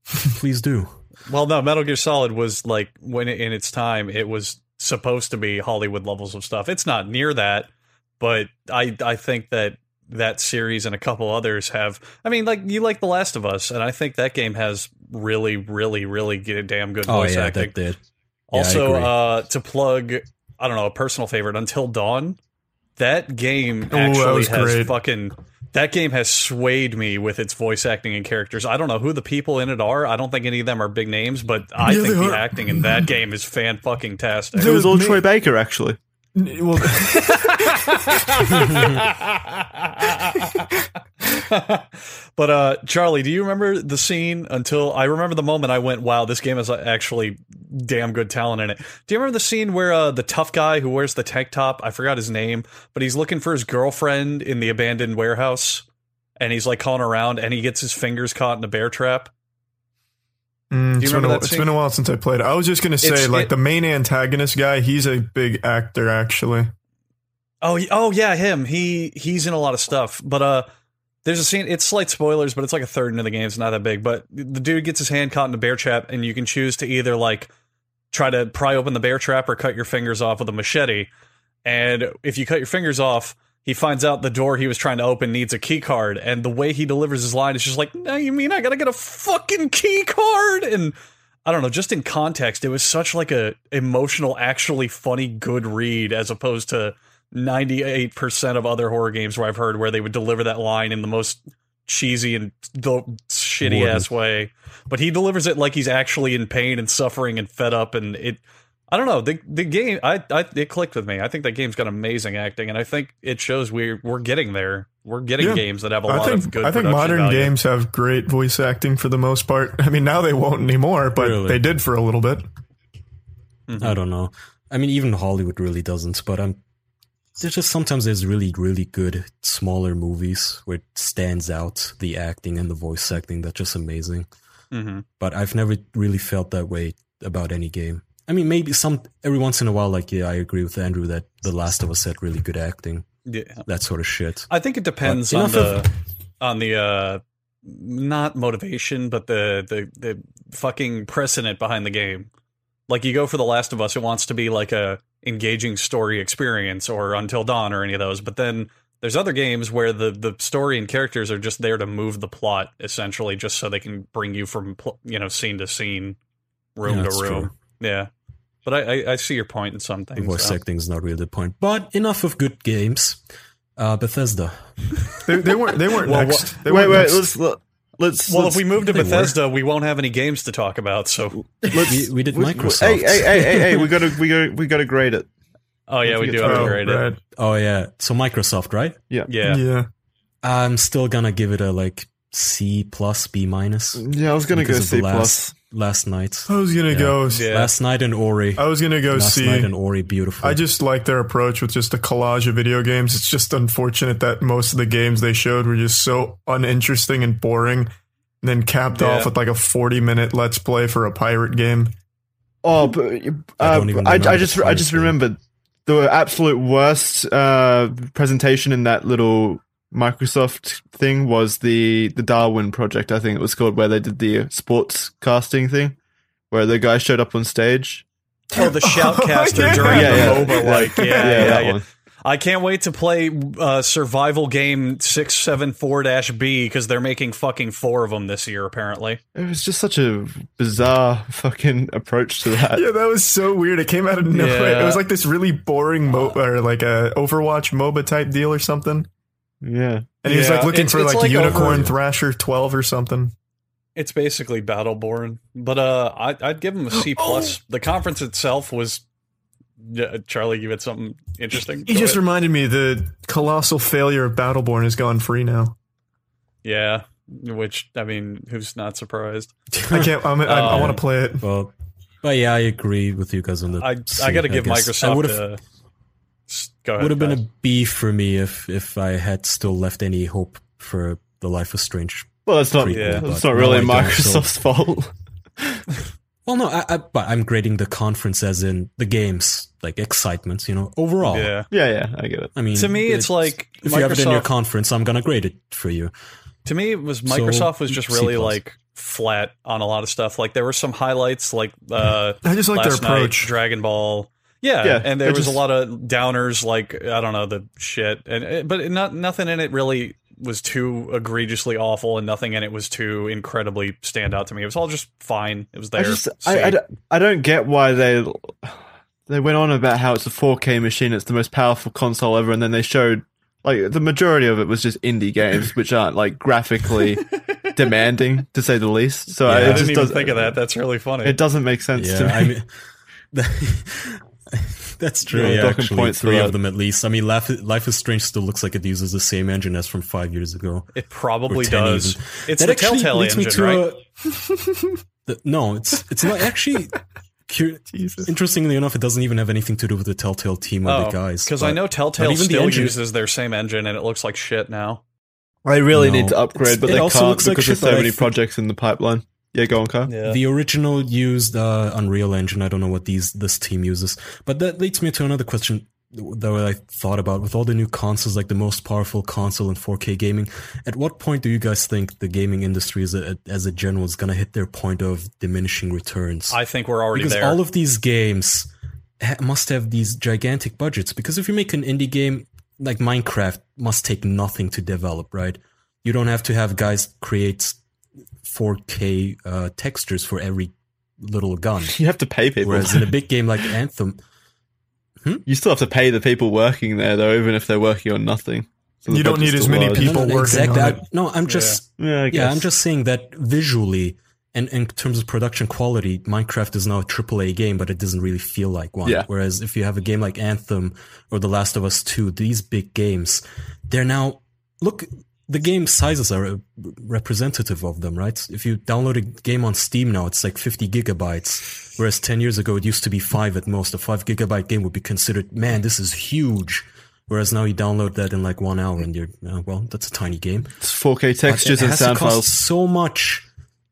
Please do. Well, no, Metal Gear Solid was like when it, in its time it was supposed to be Hollywood levels of stuff. It's not near that, but I I think that that series and a couple others have. I mean, like you like The Last of Us, and I think that game has really, really, really good, damn good Oh voice yeah, acting. that did. Yeah, I also, agree. uh, to plug, I don't know, a personal favorite, Until Dawn. That game that actually was has great. fucking. That game has swayed me with its voice acting and characters. I don't know who the people in it are. I don't think any of them are big names, but I Yeah, think they the are. acting in that game is fan fucking tastic. it was all Dude, Troy Baker actually. N- well, [LAUGHS] mm, but uh Charlie, do you remember the scene until I remember the moment I went, wow, this game has uh, actually damn good talent in it. Do you remember the scene where uh the tough guy who wears the tank top, I forgot his name, but he's looking for his girlfriend in the abandoned warehouse and he's like calling around and he gets his fingers caught in a bear trap? mm, Do you it's been remember a, that it's scene? been a while since I played. I was just gonna say, It's- like it- the main antagonist guy, he's a big actor actually. Oh, y- oh yeah, him. He he's in a lot of stuff. But uh, there's a scene. It's slight spoilers, but it's like a third into the game. It's not that big. But the dude gets his hand caught in a bear trap, and you can choose to either like try to pry open the bear trap or cut your fingers off with a machete. And if you cut your fingers off, he finds out the door he was trying to open needs a key card. And the way he delivers his line is just like, "Now you mean I gotta get a fucking key card?" And I don't know, just in context, it was such like a emotional, actually funny, good read as opposed to 98% of other horror games where I've heard where they would deliver that line in the most cheesy and the shitty ass way. But he delivers it like he's actually in pain and suffering and fed up and it I don't know. The the game I, I it clicked with me. I think that game's got amazing acting and I think it shows we're we're getting there. We're getting Yeah. games that have a I lot think of good I think production modern value. games have great voice acting for the most part. I mean, now they won't anymore, but Really? they did for a little bit. I don't know. I mean, even Hollywood really doesn't. But I'm. There's just sometimes there's really, really good smaller movies where it stands out the acting and the voice acting. That's just amazing. Mhm. but I've never really felt that way about any game. I mean, maybe some every once in a while, like yeah, I agree with Andrew that The Last of Us had really good acting, Yeah. that sort of shit. I think it depends But on enough of- the on the uh not motivation, but the the the fucking precedent behind the game. Like you go for The Last of Us, it wants to be like a engaging story experience or Until Dawn or any of those, but then there's other games where the the story and characters are just there to move the plot essentially just so they can bring you from pl- you know scene to scene, room to Yeah, that's room. true. Yeah. But I, I, I see your point in some The things. voice Uh, acting is not really the point. But enough of good games. Uh, Bethesda. They, they weren't. They [LAUGHS] weren't Well, next. They wait, weren't next. wait. Let's let, let's. well, if let's, we move to they were. Bethesda, we won't have any games to talk about. So, let's- We, we did we- Microsoft. Hey, hey, hey, hey, [LAUGHS] hey! We gotta, we gotta, we gotta grade it. oh yeah, we do Oh, have to grade it. Brad. Oh yeah, so Microsoft, right? Yeah. Yeah, I'm still gonna give it a like C plus, B minus. Yeah, I was gonna Because go of the C plus. last- Last night, I was gonna Yeah. go. Yeah. last night in Ori, I was gonna go last night see. in Ori, beautiful. I just like their approach with just a collage of video games. It's just unfortunate that most of the games they showed were just so uninteresting and boring, and then capped Yeah. off with like a forty-minute let's play for a pirate game. Oh, but, uh, I don't even I, I remember just, the I just first one. remembered the absolute worst uh, presentation in that little Microsoft thing was the the Darwin Project. I think it was called, where they did the sports casting thing, where the guy showed up on stage. Oh, [LAUGHS] the shoutcaster Yeah. during Yeah, [LAUGHS] yeah. the MOBA, like yeah, yeah, that yeah. one. I can't wait to play uh, survival game six seven four dash B because they're making fucking four of them this year apparently. It was just such a bizarre fucking approach to that. Yeah, that was so weird. It came out of nowhere. Yeah. It was like this really boring mo- or like a Overwatch MOBA type deal or something. Yeah. And he was Yeah. like looking It's- for it's like, like Unicorn over- Thrasher twelve or something. It's basically Battleborn, but uh, I, I'd give them a [GASPS] Oh. C plus. The conference itself was. Yeah, Charlie, you had something interesting. He Go just ahead. reminded me the colossal failure of Battleborn is gone free now. yeah, which I mean, who's not surprised? I can't. I'm, I, I Oh. [LAUGHS] want to play it. [LAUGHS] well, but yeah, I agree with you guys on the. I C, I got to give guess. I Microsoft. would've- a- s- go ahead. would have been guys. a B for me if if I had still left any hope for the Life is Strange. Well, that's not. Yeah. That's But not really no, I don't, so- Microsoft's fault. [LAUGHS] Well, no, I, I, but I'm grading the conference as in the games, like excitement. You know, overall. yeah. yeah, yeah, I get it. I mean, To me, it's like if you have it in your Microsoft- conference, I'm gonna grade it for you. To me, it was So, Microsoft was just C really plus. like flat on a lot of stuff. Like there were some highlights, like uh, I just like their last night, approach. Dragon Ball. Yeah, Yeah, and there it was just- a lot of downers, like I don't know the shit, and eh, but not nothing in it really was too egregiously awful, and nothing in it was too incredibly stand out to me. It was all just fine. It was there. I just, safe. I, I, don't- I don't get why they they went on about how it's a 4K machine, it's the most powerful console ever, and then they showed like the majority of it was just indie games, which aren't like graphically demanding to say the least. So I Yeah, it I just didn't even doesn't think of that. That's really funny. It doesn't make sense to Yeah, me. I mean, that's true. Yeah, Yeah, talking actually, points for three that. of them at least. I mean, Life, Life is Strange still looks like it uses the same engine as from five years ago. it probably Or 10 does. even. It's the Telltale engine, right? a, [LAUGHS] the- no, it's it's not actually. Cur- Jesus. interestingly enough, it doesn't even have anything to do with the Telltale team or the Oh, guys. Because but I know Telltale even the still engine- uses their same engine, and it looks like shit now. I really No. need to upgrade, It's- but it they also can't looks because like shit, there's so but I many think- projects in the pipeline. Yeah, go on, Kyle. Yeah. The original used uh, Unreal Engine. I don't know what these this team uses, but that leads me to another question that I thought about. With all the new consoles, like the most powerful console in 4K gaming, at what point do you guys think the gaming industry, is a, as a general, is going to hit their point of diminishing returns? I think we're already because there. all of these games ha- must have these gigantic budgets. Because if you make an indie game like Minecraft, must take nothing to develop, right? You don't have to have guys create 4K uh, textures for every little [LAUGHS] gun. [LAUGHS] You have to pay people. Whereas in a big game like Anthem, you still have to pay the people working there, though, even if they're working on nothing. So the You don't need budget's as still many large. people. working exactly. on I- no, I'm just Yeah, I guess. Yeah, I'm just saying that visually and in terms of production quality, Minecraft is now a AAA game, but it doesn't really feel like one. Yeah. Whereas if you have a game like Anthem or The Last of Us 2, these big games, they're now look the game sizes are uh, representative of them, right? If you download a game on Steam now, it's like 50 gigabytes, whereas 10 years ago it used to be 5 at most. A 5 gigabyte game would be considered, man, this is huge. Whereas now you download that in like 1 hour and you're, uh, well, that's a tiny game. It's 4K Like, textures it and has to sound cost files. so much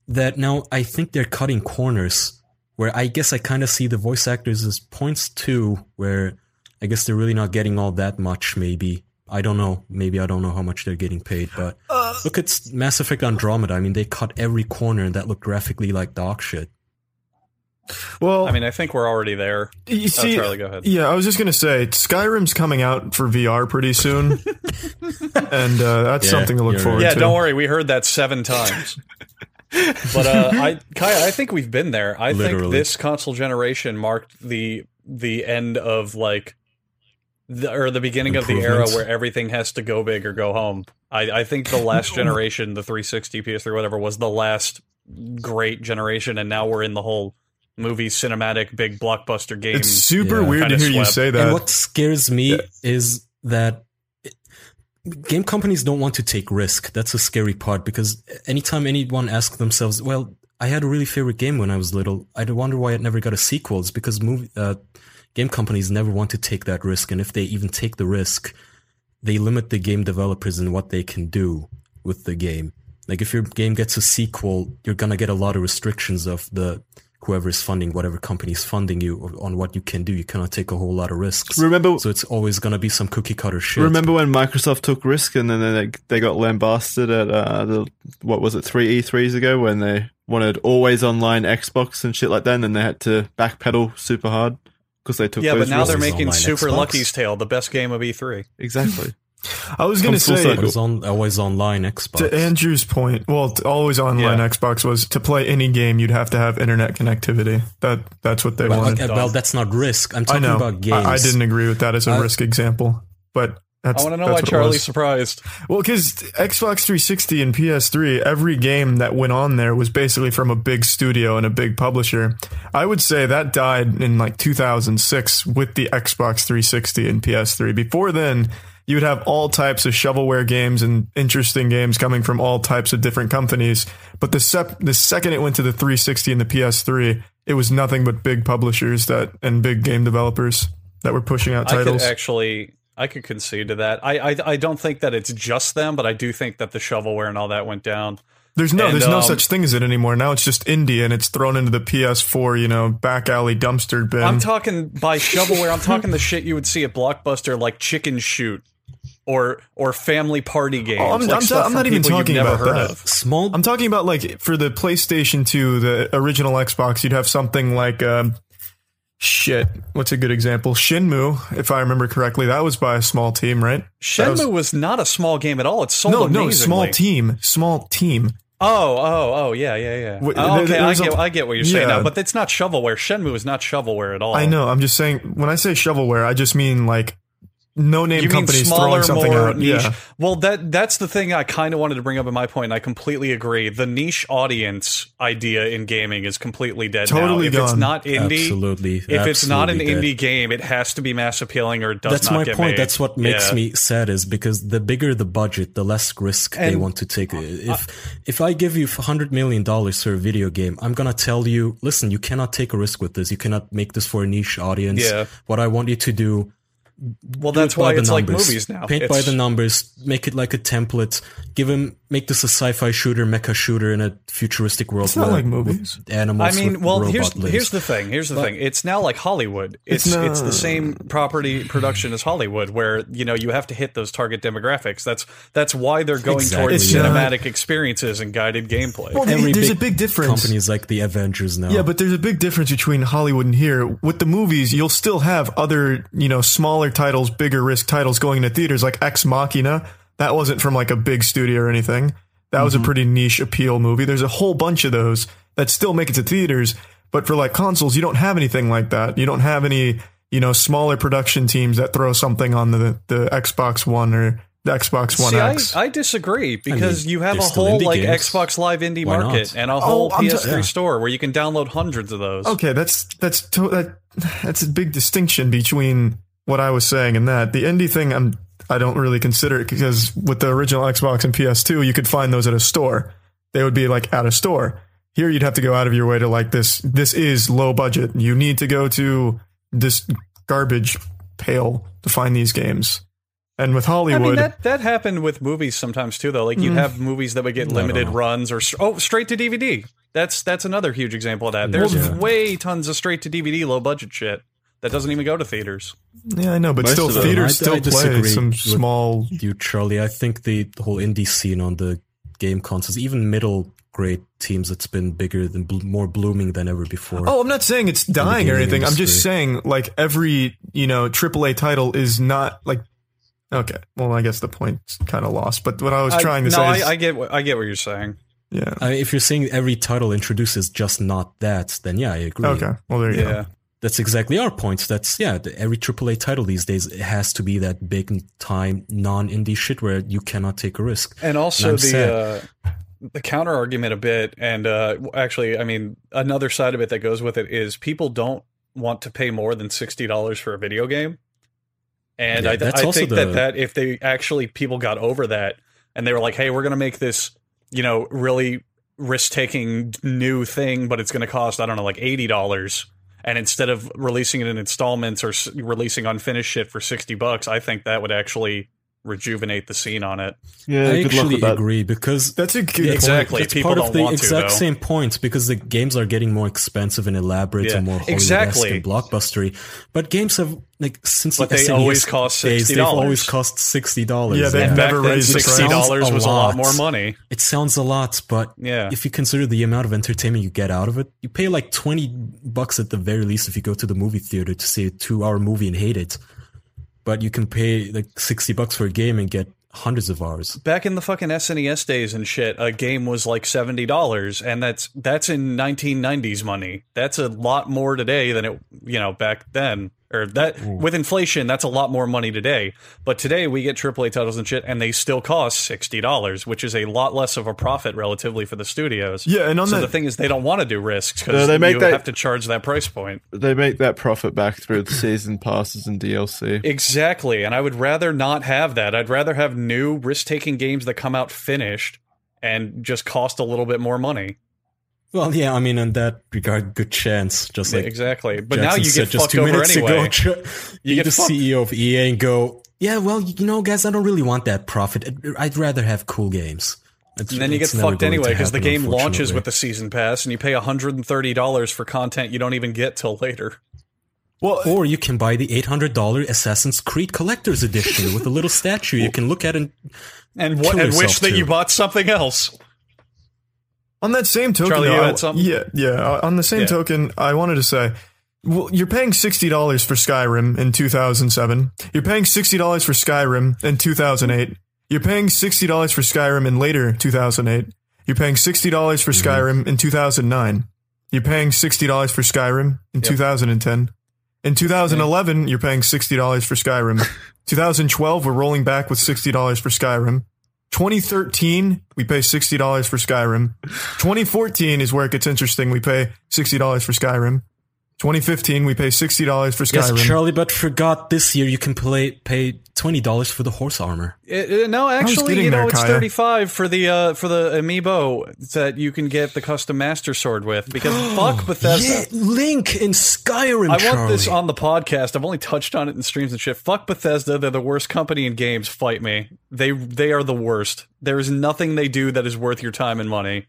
that now I think they're cutting corners. Where I guess I kind of see the voice actors as points too, where I guess they're really not getting all that much. Maybe I don't know. Maybe I don't know how much they're getting paid. But look at Mass Effect Andromeda. I mean, they cut every corner, and that looked graphically like dog shit. Well, I mean, I think we're already there. you Oh, see, Charlie, go ahead. Yeah, I was just gonna say Skyrim's coming out for VR pretty soon, [LAUGHS] and uh, that's Yeah, something to look you're forward Yeah, to. [LAUGHS] don't worry. We heard that seven times. But uh, I, Kaya, I think we've been there. I think Literally. this console generation marked the the end of like, the, or the beginning of the era Improvements. where everything has to go big or go home. I, I think the [LAUGHS] last generation, the 360, PS3, whatever, was the last great generation, and now we're in the whole movie cinematic big blockbuster game. It's super Yeah. weird to Kinda hear you swept. say And that. what scares me Yeah. is that it- game companies don't want to take risk. That's a scary part because anytime anyone asks themselves, "Well, I had a really favorite game when I was little. I wonder why it never got a sequel." It's because movie, uh, game companies never want to take that risk, and if they even take the risk, they limit the game developers and what they can do with the game. Like if your game gets a sequel, you're gonna get a lot of restrictions of the whoever's funding whatever company's funding you on what you can do. You cannot take a whole lot of risks. [LAUGHS] Remember, So it's always gonna be some cookie cutter shit. remember when Microsoft took risk and then they they got lambasted at uh, the what was it three E3s ago when they wanted always online Xbox and shit like that, and then they had to backpedal super hard because they took yeah, but those now they're risks. releases making online Super Xbox. Lucky's Tale, the best game of E E3. exactly. [LAUGHS] I was gonna Comes full say circle. always on always online Xbox. to Andrew's point. Well, t- always online Yeah. Xbox was to play any game you'd have to have internet connectivity. That that's what they Well, wanted. Okay, well, that's not risk. I'm I talking know. about games. I, I didn't agree with that as a I- risk example, but that's I want to that's know why what it Charlie's was. surprised. Well, because Xbox 360 and PS3, every game that went on there was basically from a big studio and a big publisher. I would say that died in like 2006 with the Xbox 360 and PS3. Before then, you would have all types of shovelware games and interesting games coming from all types of different companies. But the, sep- the second it went to the 360 and the PS3, it was nothing but big publishers that and big game developers that were pushing out titles. I could actually, I could concede to that. I, I, I don't think that it's just them, but I do think that the shovelware and all that went down. There's no, And, there's no um, such thing as it anymore. Now it's just India, and it's thrown into the PS4, you know, back alley dumpster bin. I'm talking by shovelware. I'm talking the shit you would see at Blockbuster, like Chicken Shoot, or or Family Party games. Oh, I'm- like I'm stuff not- I'm from not even people you've talking never about heard that. Of. Small I'm talking about like for the PlayStation 2, the original Xbox, you'd have something like um, shit. What's a good example? Shinmu, if I remember correctly, that was by a small team, right? Shenmue was- was, not a small game at all. It sold no, no, small amazingly. team, small team. Oh, oh, oh, yeah, yeah, yeah. Wait, Oh, there- okay, I there's a- get, I get what you're saying Yeah. now, but it's not shovelware. Shenmue is not shovelware at all. I know. I'm just saying when I say shovelware, I just mean like no name you mean companies throwing smaller, something more out. niche. Yeah. Well, that that's the thing I kind of wanted to bring up in my point. and I completely agree. The niche audience idea in gaming is completely dead. Totally now. If it's gone. not indie, absolutely. if it's not an absolutely indie dead. game, it has to be mass appealing or it does that's not my get point. made. That's what makes Yeah. me sad is because the bigger the budget, the less risk they And- want to take. If if I give you hundred million dollars for a video game, I'm gonna tell you, listen, you cannot take a risk with this. You cannot make this for a niche audience. Yeah. What I want you to do, well, do that's it by why the it's like numbers. movies now. Paint by It's- the numbers. Make it like a template. Give him make this a sci-fi shooter, mecha shooter in a futuristic world. It's not where like movies. Animals. I mean, with well, robot here's limbs. here's the thing. Here's the thing. It's now like Hollywood. It's It's it's, not- the same property production as Hollywood, where you know you have to hit those target demographics. That's that's why they're going Exactly, towards yeah. cinematic experiences and guided gameplay. Well, Every there's big a big difference. companies like the Avengers now. Yeah, but there's a big difference between Hollywood and here. With the movies, you'll still have other, you know, smaller titles, bigger risk titles going into theaters, like Ex Machina. That wasn't from like a big studio or anything. That was a Mm-hmm. pretty niche appeal movie. There's a whole bunch of those that still make it to theaters, but for like consoles, you don't have anything like that. You don't have any, you know, smaller production teams that throw something on the, the Xbox One or the Xbox One See, I, X. I disagree because you have a they're still whole indie like games. Xbox Live indie Why not? Oh, market and a whole I'm t- PS3 yeah. store where you can download hundreds of those. Okay, that's that's to, that that's a big distinction between what I was saying and that the indie thing. I'm I don't really consider it because with the original Xbox and PS2, you could find those at a store. They would be like at a store. Here, you'd have to go out of your way to like this. This is low budget. You need to go to this garbage pail to find these games. And with I Hollywood, mean that that happened with movies sometimes too, though. Like Mm. you'd have movies that would get don't limited know. runs or s- oh, straight to DVD. That's that's another huge example of that. There's Yeah. way tons of straight to DVD low budget shit that doesn't even go to theaters. yeah, I know, but Most still, of them. theaters I- I still play disagree some with- small. you, Charlie. I think the whole indie scene on the game consoles, even middle grade teams, it's been bigger than bl- more blooming than ever before. Oh, I'm not saying it's dying or gaming anything. I'm just industry. saying like every you know AAA title is not like okay. Well, I guess the point's kind of lost. But what I was trying to no, say, I, is, I get what I get what you're saying. Yeah. I mean, if you're saying every title introduces just not that, then yeah, I agree. Okay. Well, there you go. Yeah. That's exactly our point. That's yeah, the- every AAA title these days it has to be that big time non indie shit where you cannot take a risk. And also I'm sad. the uh, the counter argument a bit, and uh, actually, I mean, another side of it that goes with it is people don't want to pay more than sixty dollars for a video game, and Yeah, I, that's I also think the- that that if they actually people got over that and they were like, hey, we're gonna make this, you know, really risk taking new thing, but it's gonna cost I don't know like eighty dollars. And instead of releasing it in installments or s- releasing unfinished shit for sixty bucks, I think that would actually rejuvenate the scene on it. Yeah, I good luck actually with that. agree because That's a good. Yeah, exactly. That's People part of don't the want to, exact though. same point because the games are getting more expensive and elaborate Yeah, and more Hollywood exactly. and blockbustery. But games have like since But the they SNES always cost days, they've $60. always cost sixty dollars. Yeah, they've And never back then, raised the price. sixty dollars was a Sounds lot a more lot. money. it sounds a lot, but Yeah, if you consider the amount of entertainment you get out of it, you pay like twenty bucks at the very least if you go to the movie theater to see a two-hour movie and hate it. But you can pay like sixty bucks for a game and get hundreds of hours. back in the fucking SNES days and shit, a game was like seventy dollars, and that's that's in nineteen nineties money. That's a lot more today than it you know back then. Or that with inflation, that's a lot more money today. But today we get AAA titles and shit, and they still cost sixty dollars, which is a lot less of a profit relatively for the studios. Yeah, and on So that, the thing is, they don't want to do risks No, because they make you that- have to charge that price point. They make that profit back through the season passes [LAUGHS] and DLC. Exactly, and I would rather not have that. I'd rather have new risk-taking games that come out finished and just cost a little bit more money. Well, yeah, I mean, in that regard, good chance. Just like exactly, but Jackson now you said get fucked over anyway. [LAUGHS] Ago, you get the fucked. CEO of EA and go, yeah, well, you know, guys, I don't really want that profit. I'd- I'd rather have cool games. It's- and then you get it's never fucked going to anyway because the happen, game launches with unfortunately. the season pass, and you pay hundred and thirty dollars for content you don't even get till later. well, Or you can buy the eight hundred dollar Assassin's Creed Collector's Edition with a little statue you can look at [LAUGHS] and And what? Kill And wish yourself, that too. you bought something else. On that same token, Charlie, you though, had I- something? Yeah, yeah. On the same Yeah. token, I wanted to say, well, you're paying sixty dollars for Skyrim in 2007. You're paying sixty dollars for Skyrim in 2008. You're paying sixty dollars for Skyrim in later 2008. You're paying sixty dollars for Mm-hmm. Skyrim in 2009. You're paying sixty dollars for Skyrim in 2010. In 2011, you're paying sixty dollars for Skyrim. 2012, we're rolling back with sixty dollars for Skyrim. 2013, we pay $60 for Skyrim. 2014 is where it gets interesting. We pay $60 for Skyrim. 2015, we pay $60 for yes, Skyrim. Charlie, but forgot this year you can play pay twenty dollars for the horse armor. It, it- no, actually, getting you know, there, it's Kaya. thirty-five for the uh, for the amiibo that you can get the custom master sword with. [GASPS] Because fuck Bethesda. yeah, Link in Skyrim. I want this Charlie. on the podcast. I've only touched on it in streams and shit. Fuck Bethesda. They're the worst company in games. Fight me. They they are the worst. There is nothing they do that is worth your time and money.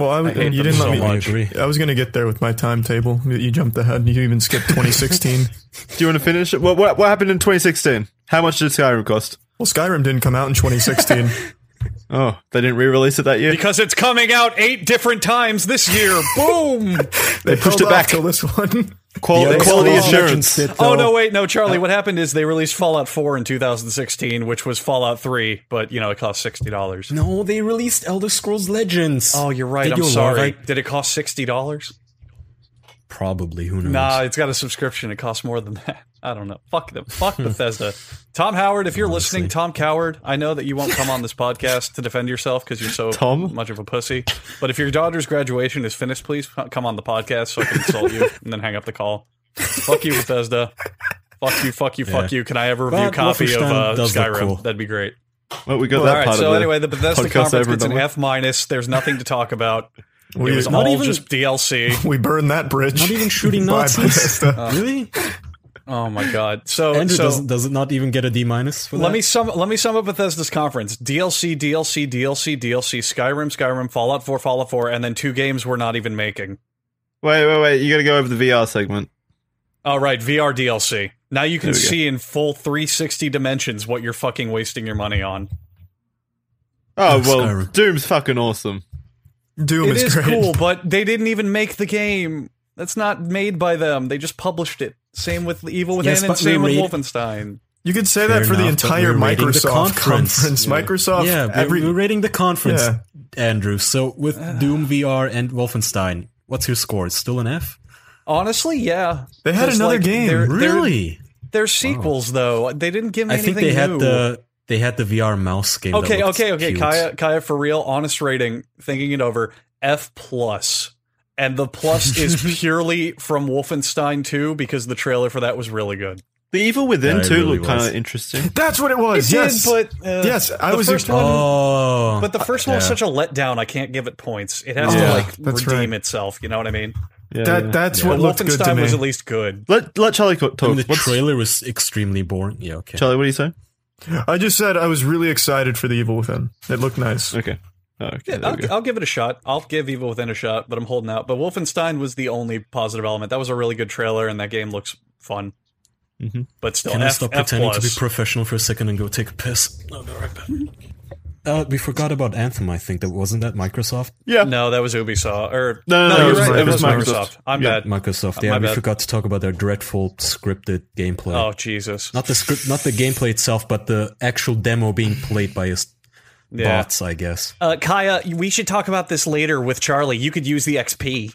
Well, I, was- hate you them didn't so let me. much. agree. I was going to get there with my timetable. You- You jumped ahead. You even skipped 2016. Do you want to finish? it? What, what what happened in 2016? How much did Skyrim cost? well, Skyrim didn't come out in 2016. Oh, they didn't re-release it that year. Because it's coming out eight different times this year. Boom. they held pushed it off back. till this one. Quality, Yeah, quality Fallout Legends assurance. did, Oh though. no, wait, no, Charlie. What happened is they released Fallout 4 in 2016, which was Fallout 3, but you know it cost sixty dollars. No, they released Elder Scrolls Legends. Oh, you're right. Did I'm you love sorry. it? Did it cost sixty dollars? Probably. Who knows? Nah, it's got a subscription. It costs more than that. [LAUGHS] I don't know. Fuck them. Fuck [LAUGHS] Bethesda. Tom Howard, if you're listening, Tom Coward, I know that you won't come on this podcast to defend yourself because you're so Tom? much of a pussy. But if your daughter's graduation is finished, please co- come on the podcast so I can insult [LAUGHS] you and then hang up the call. Fuck you, Bethesda. Fuck you, fuck you, fuck you. Can I ever review a But copy of Wolfenstein uh, does look Skyrim? cool. That'd be great. Well, we got All that right. part So of the anyway, the Bethesda podcast conference over and gets an done with. F minus. There's nothing to talk about. We, It was Not all even- just DLC. we burned that bridge. [LAUGHS] Not even [LAUGHS] shooting Bye, Nazis. Uh, Bethesda. really? Oh my god. So Andrew so, doesn't does it not even get a D minus for Let that? me sum let me sum up Bethesda's conference. DLC, DLC, DLC, DLC, Skyrim, Skyrim, Fallout 4, Fallout 4, and then two games we're not even making. Wait, wait, wait! You got to go over the VR segment. All right, VR DLC. Now you can There we go. see in full 360 dimensions what you're fucking wasting your money on. Oh Oh, well, Skyrim. Doom's fucking awesome. Doom It is, is great. cool, but they didn't even make the game. That's not made by them. They just published it. Same with Evil Within Yes, and but we same with read- Wolfenstein. You could say Fair that for the enough, but entire we're rating the Microsoft conference. conference. Yeah. Microsoft, yeah, we're- every we're rating the conference, Yeah. Andrew. So with Doom VR and Wolfenstein, what's your score? It's still an F? Honestly, yeah. they had 'Cause, another like, game. they're- Really? Their sequels, though, they didn't give me I anything think they had new. the they had the VR mouse game. that okay, looked okay, okay. cute. Kaya, Kaya, for real, honest rating, thinking it over, F plus. And the plus is purely from Wolfenstein 2 because the trailer for that was really good. The Evil Within Yeah, it too really looked kind was. [LAUGHS] of interesting. That's what it was. It yes, did, but uh, yes, I the was first one- Oh, But the first one was Yeah. such a letdown. I can't give it points. It has Yeah, to like that's redeem right. itself. You know what I mean? Yeah, that yeah. that's Yeah. what But looked good to Wolfenstein me. was at least good. let let Charlie co- talk. and the What's- trailer was extremely boring. Yeah, okay. Charlie, what do you say? I just said I was really excited for the Evil Within. It looked nice. Okay. Oh, okay. Yeah, there we I'll, go. I'll give it a shot. I'll give Evil Within a shot, but I'm holding out. But Wolfenstein was the only positive element. That was a really good trailer, and that game looks fun. Mhm. But still, Can F, I stop F pretending to be plus. professional for a second and go take a piss? No, no, right back. Uh, we forgot about Anthem. I think that wasn't that Microsoft. Yeah. No, that was Ubisoft. Or No, no, no, you're it was right, Mi- it was Microsoft. I'm Yeah. bad. Microsoft. Uh, Yeah, my we bad. forgot to talk about their dreadful scripted gameplay. Oh Jesus! Not the script, not the gameplay itself, but the actual demo being played by his Yeah. bots. I guess. Uh, Kaya, we should talk about this later with Charlie. You could use the XP.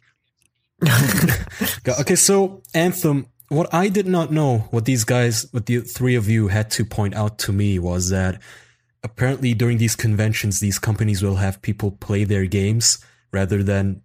Go- Okay, so Anthem. What I did not know, what these guys, what the three of you had to point out to me was that apparently during these conventions, these companies will have people play their games rather than.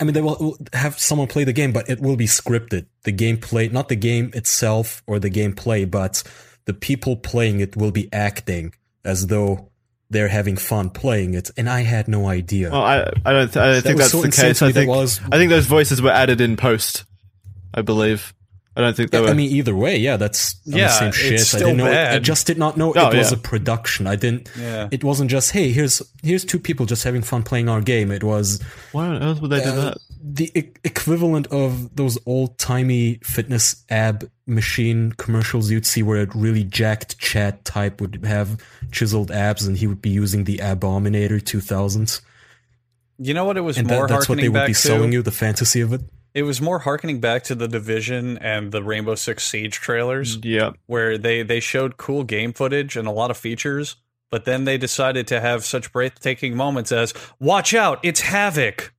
I mean, they will have someone play the game, but it will be scripted. The gameplay, not the game itself or the gameplay, but the people playing it will be acting as though they're having fun playing it. And I had no idea. Well, Oh, I I don't th- I don't That think was that's so the insane case. to me. I That think was- I think those voices were added in post. I believe. I don't think they Yeah, were. I mean, either way, yeah, that's I'm Yeah, the same it's shit. I still didn't know. I bad. just did not know Oh, it was yeah. a production. I didn't. Yeah. It wasn't just hey, here's here's two people just having fun playing our game. It was why on earth would they do uh, that? the e- equivalent of those old timey fitness ab machine commercials you'd see, where a really jacked Chad type would have chiseled abs, and he would be using the Abominator 2000s, You know what? It was and more that, that's what harkening they would back be to. selling you. The fantasy of it. It was more harkening back to the Division and the Rainbow Six Siege trailers, Yeah. where they they showed cool game footage and a lot of features, but then they decided to have such breathtaking moments as "Watch out, it's Havoc."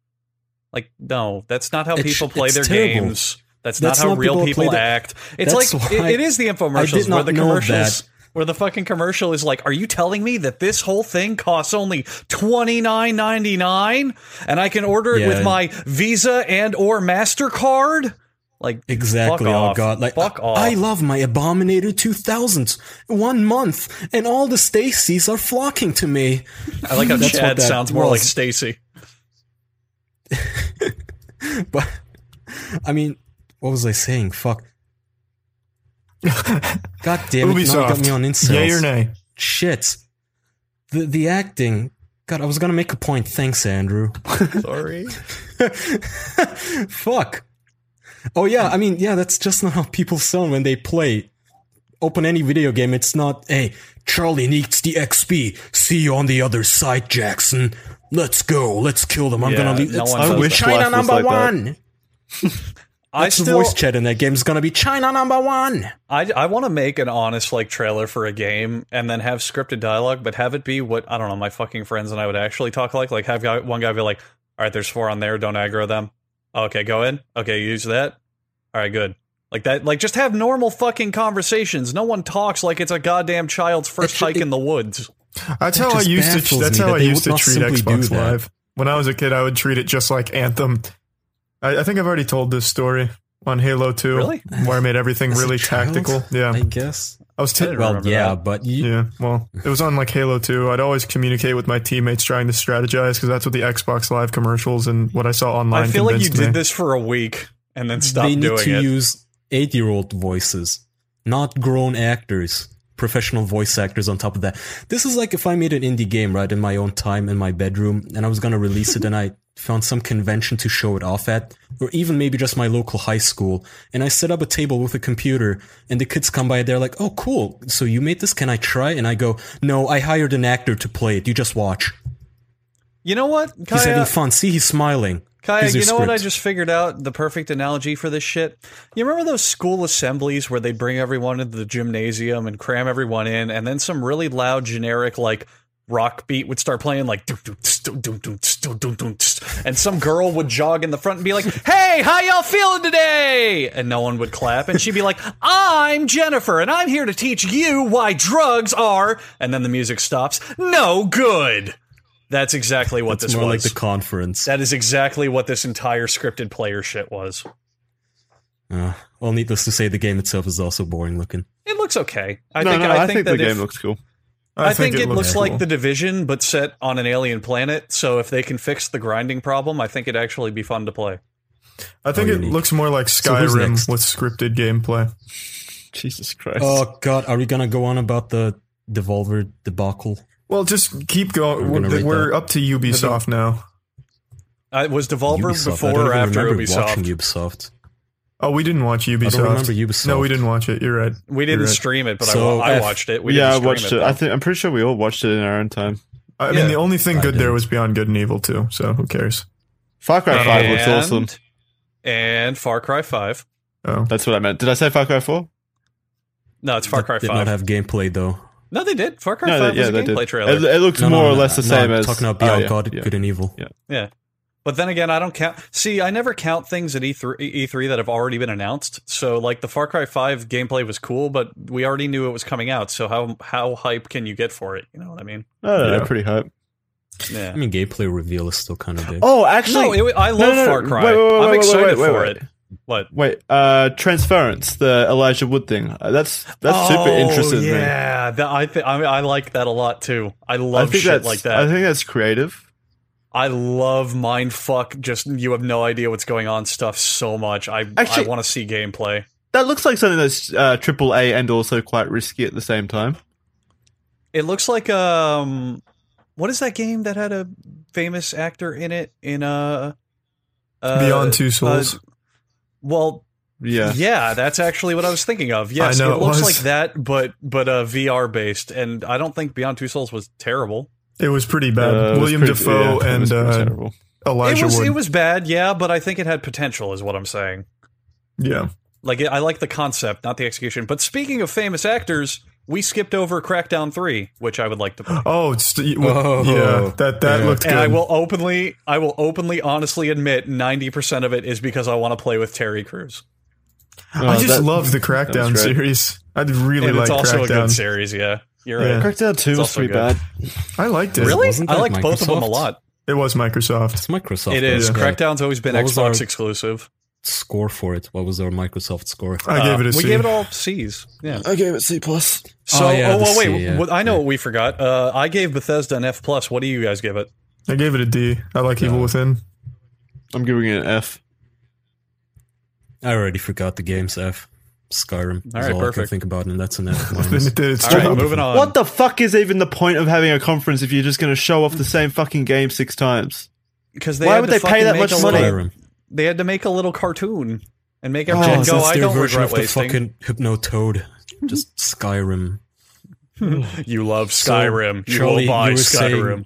Like, no, that's not how It's- people play it's their terrible. games. That's, That's not how not real people people, play the- act. It's That's like why it, it is the I infomercials did where not the know commercials that. where the fucking commercial is like, "Are you telling me that this whole thing costs only twenty nine ninety nine, and I can order it Yeah. with my Visa and or Mastercard?" Like, Exactly. Fuck oh off. god. Like Fuck I, off. I love my Abominator 2000s. One month and all the Stacy's are flocking to me. [LAUGHS] I like how That's what Chad that sounds more was. like Stacy. But I mean, what was I saying? Fuck. God damn it. now you got Ubisoft. me on incels. Yay or nay? Shit. The the acting. God, I was gonna make a point. Thanks, Andrew. Sorry. Fuck. Oh yeah, I mean, yeah, that's just not how people sound when they play. Open any video game, it's not, hey, Charlie needs the XP. See you on the other side, Jackson. Let's go. Let's kill them. I'm Yeah, gonna leave. no it's one says that. I China wish life was number like that. one. I It's the still, voice chat in that game is gonna be China number one. I, I want to make an honest like trailer for a game and then have scripted dialogue, but have it be what I don't know. My fucking friends and I would actually talk like like have guy, one guy be like, "All right, there's four on there. Don't aggro them. Okay, go in. Okay, use that. All right, good." Like that. Like just have normal fucking conversations. No one talks like it's a goddamn child's first should- hike in the woods. That's how That I just used to. baffles That's me how that I they used would to not treat simply do Xbox that. Live. When I was a kid, I would treat it just like Anthem. I, I think I've already told this story on Halo Two, Really? where I made everything As a really child? tactical. Yeah, I I, guess. was. T- didn't Well, remember yeah, that. but you, yeah, well, it was on like Halo Two. I'd always communicate with my teammates trying to strategize because that's what the Xbox Live commercials and what I saw online. I feel like you convinced did me. this for a week and then they stopped need doing to it. use eight-year-old voices, not grown actors, professional voice actors. On top of that, this is like if I made an indie game right in my own time in my bedroom, and I was gonna release it, and I found some convention to show it off at, or even maybe just my local high school, and I set up a table with a computer, and the kids come by, they're like, "Oh, cool! So you made this? Can I try?" And I go, "No, I hired an actor to play it. You just watch." You know what, He's Kaya? having fun. See, he's smiling. Kaya, Here's you your know what I script. just figured out? The perfect analogy for this shit? You remember those school assemblies where they bring everyone into the gymnasium and cram everyone in, and then some really loud, generic, like, rock beat would start playing, like, "Doo, doo, tss, doo, doo, doo, tss, doo, doo, doo, tss," and some girl would jog in the front and be like, hey, how y'all feeling today? And no one would clap, and she'd be like, I'm Jennifer, and I'm here to teach you why drugs are, and then the music stops, no good. That's exactly what It's this more was. like the conference. That is exactly what this entire scripted player shit was. Uh, well, needless to say, the game itself is also boring looking. It looks okay. I no, think no, I, I, think, think, that the if- game looks cool. I, think, it looks, like cool. the division, but set on an alien planet. So if they can fix the grinding problem, I think it'd actually be fun to play. I think Oh, it unique. looks more like So who's Skyrim next? with scripted gameplay. Jesus Christ. Oh God, are we gonna go on about the Devolver debacle? Well, just keep going. I'm gonna We're, read we're up to Ubisoft now. Uh, was Devolver Ubisoft. I don't before or even after remember Ubisoft? Watching Ubisoft. Oh, we didn't watch Ubisoft. I don't remember Ubisoft. No, we didn't watch it. You're right. We didn't You're right. stream it, but I, So wa- I F- watched it. We yeah, I didn't stream watched it. it. I though. think I'm pretty sure we all watched it in our own time. I Yeah. mean, the only thing I good there didn't. was Beyond Good and Evil 2, so who cares? Far Uh, Cry Five looks And- awesome. And Far Cry Five. Oh. That's what I meant. Did I say Far Cry Four? No, it's Far Cry That Did not Five. have gameplay though. no, they did. Far Cry No, Five they, yeah, was a they gameplay did. trailer. It, it looks No, no, more no, or less the no, same I'm as talking about oh, Beyond yeah, God, yeah. Good and Evil. Yeah. But then again, I don't count. See, I never count things at E E3, E3 that have already been announced. So, like the Far Cry Five gameplay was cool, but we already knew it was coming out. So how how hype can you get for it? You know what I mean? No, no, no, Yeah. pretty hype. I Yeah. mean, gameplay reveal is still kind of big. Oh, Mm, actually, No, it, wa- I love no, no, Far Cry. wait, wait, wait, I'm wait, excited wait, wait, for wait. it. What? Wait, uh, Transference, the Elijah Wood thing. Uh, that's that's super Oh, interesting. Man. Yeah, that, I, th- I mean, I like that a lot too. I love I think shit that's like that. I think that's creative. I love mind fuck. Just you have no idea what's going on stuff so much. I Actually- I want to see gameplay. That looks like something that's uh, triple A and also quite risky at the same time. It looks like um, what is that game that had a famous actor in it in uh, uh Beyond Two Souls. uh, well, yeah. Yeah, that's actually what I was thinking of. Yes, know it it looks was. like that, but but uh, VR based, and I don't think Beyond Two Souls was terrible. it was pretty bad. Uh, it was William pretty- Defoe yeah, it was and pretty uh, terrible. Elijah it was Wood. it was bad, yeah, but I think it had potential, is what I'm saying. yeah. Like I like the concept, not the execution. But speaking of famous actors, we skipped over Crackdown Three, which I would like to play. Oh, it's st- Oh, yeah. That that yeah. looked good. And I will openly, I will openly, honestly admit, ninety percent of it is because I want to play with Terry Crews, I Oh, just [LAUGHS] that- love the Crackdown great. series. I really and like it's also a good Crackdown. series. Yeah, you're Yeah. right. Crackdown Two It's was also pretty good. bad. I liked it. Really, Wasn't I that liked both of them a Microsoft? lot. It was Microsoft. It's Microsoft. It is. What was our Crackdown's always been What was Xbox our- exclusive. Uh, score for it. What was our Microsoft score? I gave it a we C. gave it all C's. Yeah. I gave it C plus. So, oh, Oh, yeah, the well, wait. C, yeah. what- I know what we forgot. Uh, I gave Bethesda an F plus. What do you guys give it? I gave it a D. I like Oh. Evil Within. I'm giving it an F. I already forgot the games F. Skyrim. is All right, all I can perfect. think about, and that's an F Then minus. it did its All right, job. moving on. What the fuck is even the point of having a conference if you're just going to show off the same fucking game six times? Because they Why had would to they pay fucking that make much a money? Little, Skyrim. they had to make a little cartoon and make Oh, everyone so go. that's I their don't version regret of the wasting. fucking Hypnotoad. [LAUGHS] Just Skyrim. You love So, Skyrim. you Charlie, will buy you were Skyrim. saying-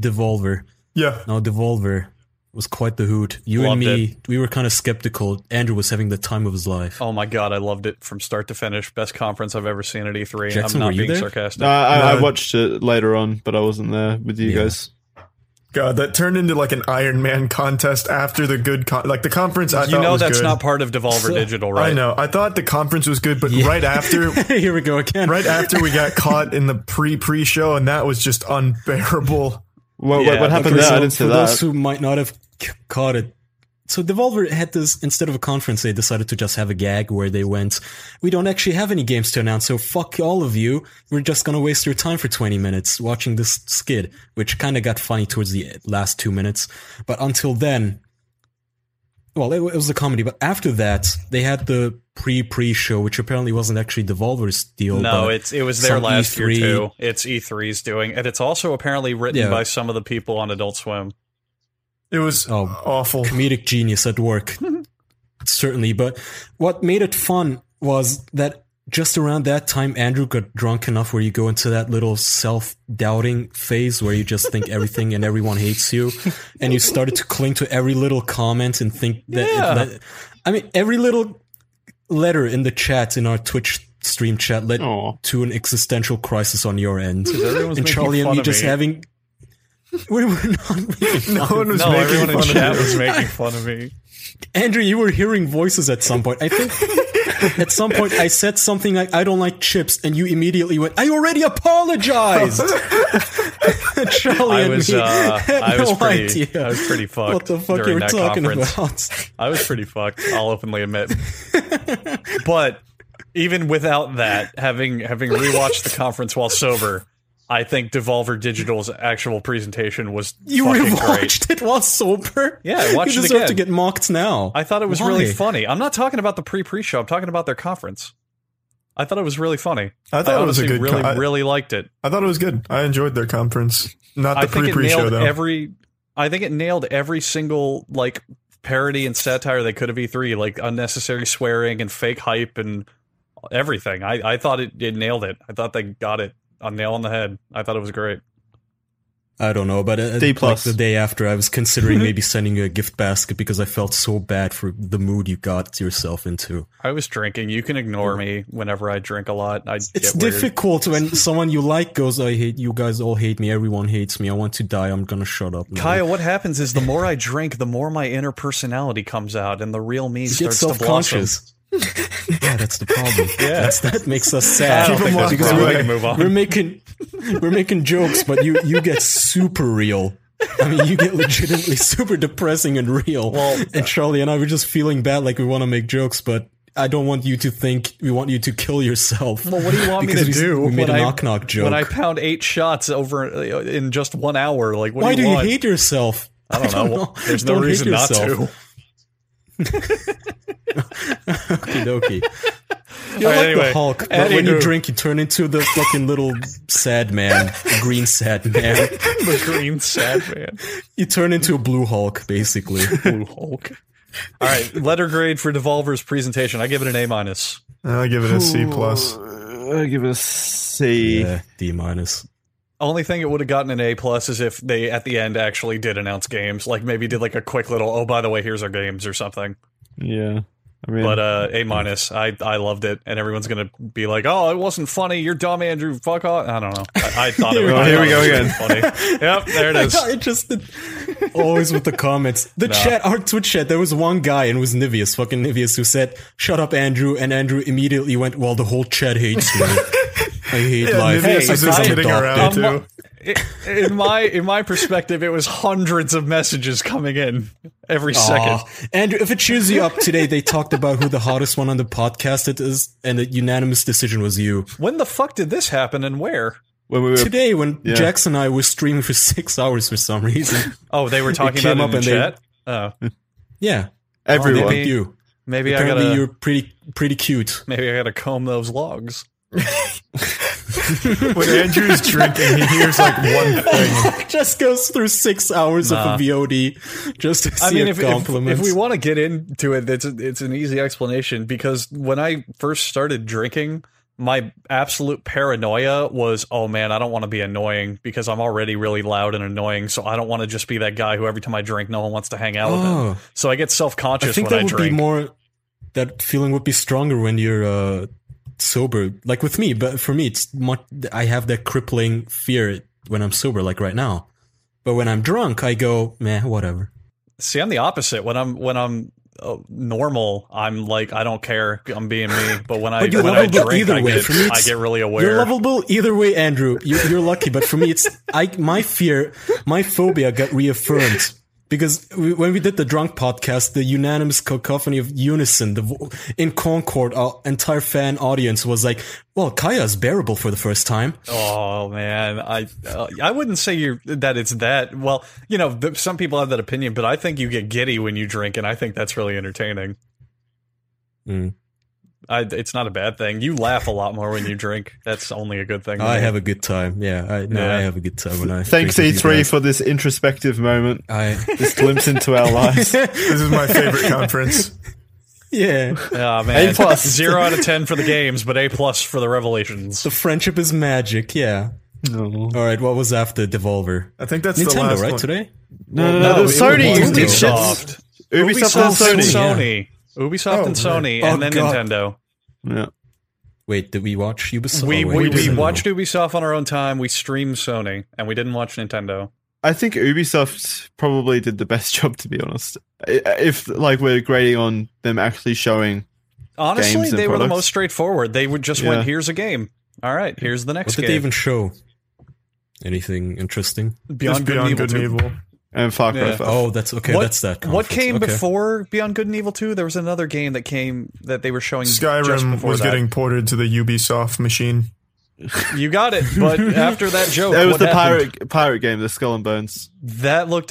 Devolver. Yeah. Now, Devolver was quite the hoot. You Loved and me, we were kind of skeptical. Andrew was having the time of his life. Oh my god, I loved it from start to finish. Best conference I've ever seen at E3. Jackson, I'm were not you being there? sarcastic. No, Uh, I, I No. watched it later on, but I wasn't there with you Yeah. guys. God, that turned into like an Iron Man contest after the good con- like the conference I you thought know was that's good. not part of Devolver [LAUGHS] So- Digital, right? I know. I thought the conference was good, but Yeah. right [LAUGHS] after [LAUGHS] Here we go again. right after we got caught in the pre pre show and that was just unbearable. What, Yeah, what, what happened Okay, there? so I didn't see for that. those who might not have c- caught it, so Devolver had this instead of a conference, they decided to just have a gag where they went, "We don't actually have any games to announce, so fuck all of you. We're just gonna waste your time for 20 minutes watching this skid," which kind of got funny towards the last two minutes, but until then. Well, it, it was a comedy, but after that, they had the pre-pre show, which apparently wasn't actually Devolver's deal. No, but- it's it was there some last year E3 too. It's E3's doing, and it's also apparently written Yeah. by some of the people on Adult Swim. It was Oh, [LAUGHS] awful. [LAUGHS] comedic genius at work, certainly. But what made it fun was that just around that time, Andrew got drunk enough where you go into that little self doubting phase where you just think everything and everyone hates you. And you started to cling to every little comment and think that. it Yeah. let- I mean, every little letter in the chat, in our Twitch stream chat, led Oh. Aw. to an existential crisis on your end. Everyone's making And Charlie and fun me of just me. having. [LAUGHS] We were not. making No fun. one was No, making everyone in fun of chat you. was [LAUGHS] making fun of me. Andrew, you were hearing voices at some point. I think [LAUGHS] at some point I said something like, I don't like chips, and you immediately went, I already [LAUGHS] apologized. Charlie I and was, me uh, had I [LAUGHS] no was pretty, idea I was pretty fucked. what the fuck during you were that talking conference. [LAUGHS] about. I was pretty fucked. I'll [LAUGHS] openly admit. but even without that, having having [LAUGHS] rewatched the conference while sober, I think Devolver Digital's actual presentation was You fucking great. rewatched it while sober. Yeah, I watched you it deserve to again. get mocked now. I thought it was really Why? funny. I'm not talking about the pre pre show. I'm talking about their conference. I thought it was really funny. I I thought it was a honestly good. really con- I- really liked it. I thought it was good. I enjoyed their conference. Not I the think pre it pre nailed show though. every. I think it nailed every single like parody and satire they could have E3, like unnecessary swearing and fake hype and everything. I, I thought it, it nailed it. I thought they got it a nail on the head. I thought it was great. I don't know, but uh, D like plus. the day after, I [LAUGHS] was considering maybe sending you a gift basket because I felt so bad for the mood you got yourself into. I was drinking. You can ignore me whenever I drink a lot. I It's get weird. difficult [LAUGHS] when someone you like goes, I hate you guys all hate me, everyone hates me, I want to die, I'm gonna shut up. now." Kaya, what happens is the more I drink, the more my inner personality comes out, and the real me You get starts to blossom. self-conscious. [LAUGHS] yeah, that's the [LAUGHS] problem. Yeah. That's, that [LAUGHS] makes us I sad. don't think that's Because probably- we're- [LAUGHS] we can move on. We're making we're making jokes, but you you get super real. I mean, you get legitimately [LAUGHS] super depressing and real. Well- uh, and Charlie and I were just feeling bad, like we want to make jokes, but I don't want you to think we want you to kill yourself. Well, what do you want me because to we, do? We made when a I- knock knock joke. When I pound eight shots over uh, in just one hour, like what Why do you want? hate yourself? I don't, know. There's no Don't hate reason not to. yourself. Okie dokie. You're All right, like anyway. the Hulk, but when you Anywho. drink, you turn into the fucking little sad man, green sad man. the green sad man, You turn into a blue Hulk, basically. blue Hulk. All right, letter grade for Devolver's presentation. I give it an A minus. I give it a C plus. I uh, give it a C. yeah, D minus. Only thing it would have gotten an A plus is if they at the end actually did announce games, like maybe did like a quick little oh by the way here's our games or something. Yeah. I mean, But uh, A minus, I I loved it, and everyone's gonna be like oh it wasn't funny, you're dumb Andrew, fuck off. I don't know. I, I thought it was. Oh, I here we thought it was go really Funny. Yep, there [LAUGHS] it is. I just always with the comments. The chat, our Twitch chat, there was one guy and it was Nivius, fucking Nivius, who said, Shut up, Andrew, and Andrew immediately went, Well, the whole chat hates me. I hate life. Nivius I was guess just I'm kidding adopted." around. Um, [LAUGHS] too. i- in my in my perspective, it was hundreds of messages coming in every second. Aw. Andrew, if it cheers you up today, they talked about who the hottest one on the podcast it is, and the unanimous decision was you. When the fuck did this happen and where? when we were Today, when Yeah. Jackson and I were streaming for [LAUGHS] six hours for some reason. Oh, they were talking came about it up in the and they- chat. Oh, Yeah. everyone. Maybe- You. maybe I Apparently gotta you're pretty pretty cute. maybe I gotta comb those logs. When Andrew's drinking, he hears like one thing. [LAUGHS] just goes through six hours Nah. of a VOD just to see I mean, a if, if, compliment. if we want to get into it, it's it's an easy explanation because when I first started drinking, my absolute paranoia was, oh man, I don't want to be annoying because I'm already really loud and annoying, so I don't want to just be that guy who every time I drink, no one wants to hang out with them. oh, So I get self I conscious think when that I would drink. be more. That feeling would be stronger when you're uh, sober. Like with me, but for me, it's much. I have that crippling fear when I'm sober, like right now. But when I'm drunk, I go, meh, whatever. See, I'm the opposite. When I'm when I'm uh, normal, I'm like I don't care. I'm being me. But when I But you're when I lovable drink, either I way. get For me, I it's- get really aware. You're lovable either way, Andrew. You're, you're lucky, but for me, it's I my fear, my phobia got reaffirmed because we, when we did the drunk podcast, the unanimous cacophony of unison, the vo- in Concord, our entire fan audience was like, "Well, Kaya is bearable for the first time." Oh man, I uh, I wouldn't say you're that it's that. Well, you know, th- some people have that opinion, but I think you get giddy when you drink, and I think that's really entertaining. Mm. I, it's not a bad thing. You laugh a lot more when you drink. That's only a good thing. to I me. [LAUGHS] have a good time. Yeah, I, no, Yeah. I have a good time when I Thanks, drink with you E3, guys. for this introspective moment, I this glimpse into our lives. This is my favorite conference. [LAUGHS] Yeah. Ah man, A plus. zero out of ten for the games, but A plus for the revelations. The friendship is magic, yeah. No, All right, what was after Devolver? I think that's the Nintendo, last right? one. Today? no, no. no, no, it Sony, was did shit. Ubisoft, Ubisoft and and Sony, Sony. Ubisoft Oh, and Sony, man. and Oh, then God. Nintendo. Yeah. Wait, did we watch Ubisoft? we Oh, we, wait, we no. watched Ubisoft on our own time. We streamed Sony, and we didn't watch Nintendo. I think Ubisoft probably did the best [LAUGHS] job, to be honest. I- If like we're grading on them actually showing, Honestly, Games and they were the products. most straightforward. They would just Yeah. went, "Here's a game. All right, here's the What next did they game." even show? Anything interesting? Just Beyond, Beyond Good and Evil. 2. Evil. and um, Far Cry Yeah. Five. Oh, that's okay. What- that's that. What conference. came Okay. before Beyond Good and Evil 2? There was another game that came that they were showing. just Skyrim before was that. getting ported to the Ubisoft machine. You got it, [LAUGHS] but after that joke, It was Oh, what the happened? pirate pirate game, the Skull and Bones, That looked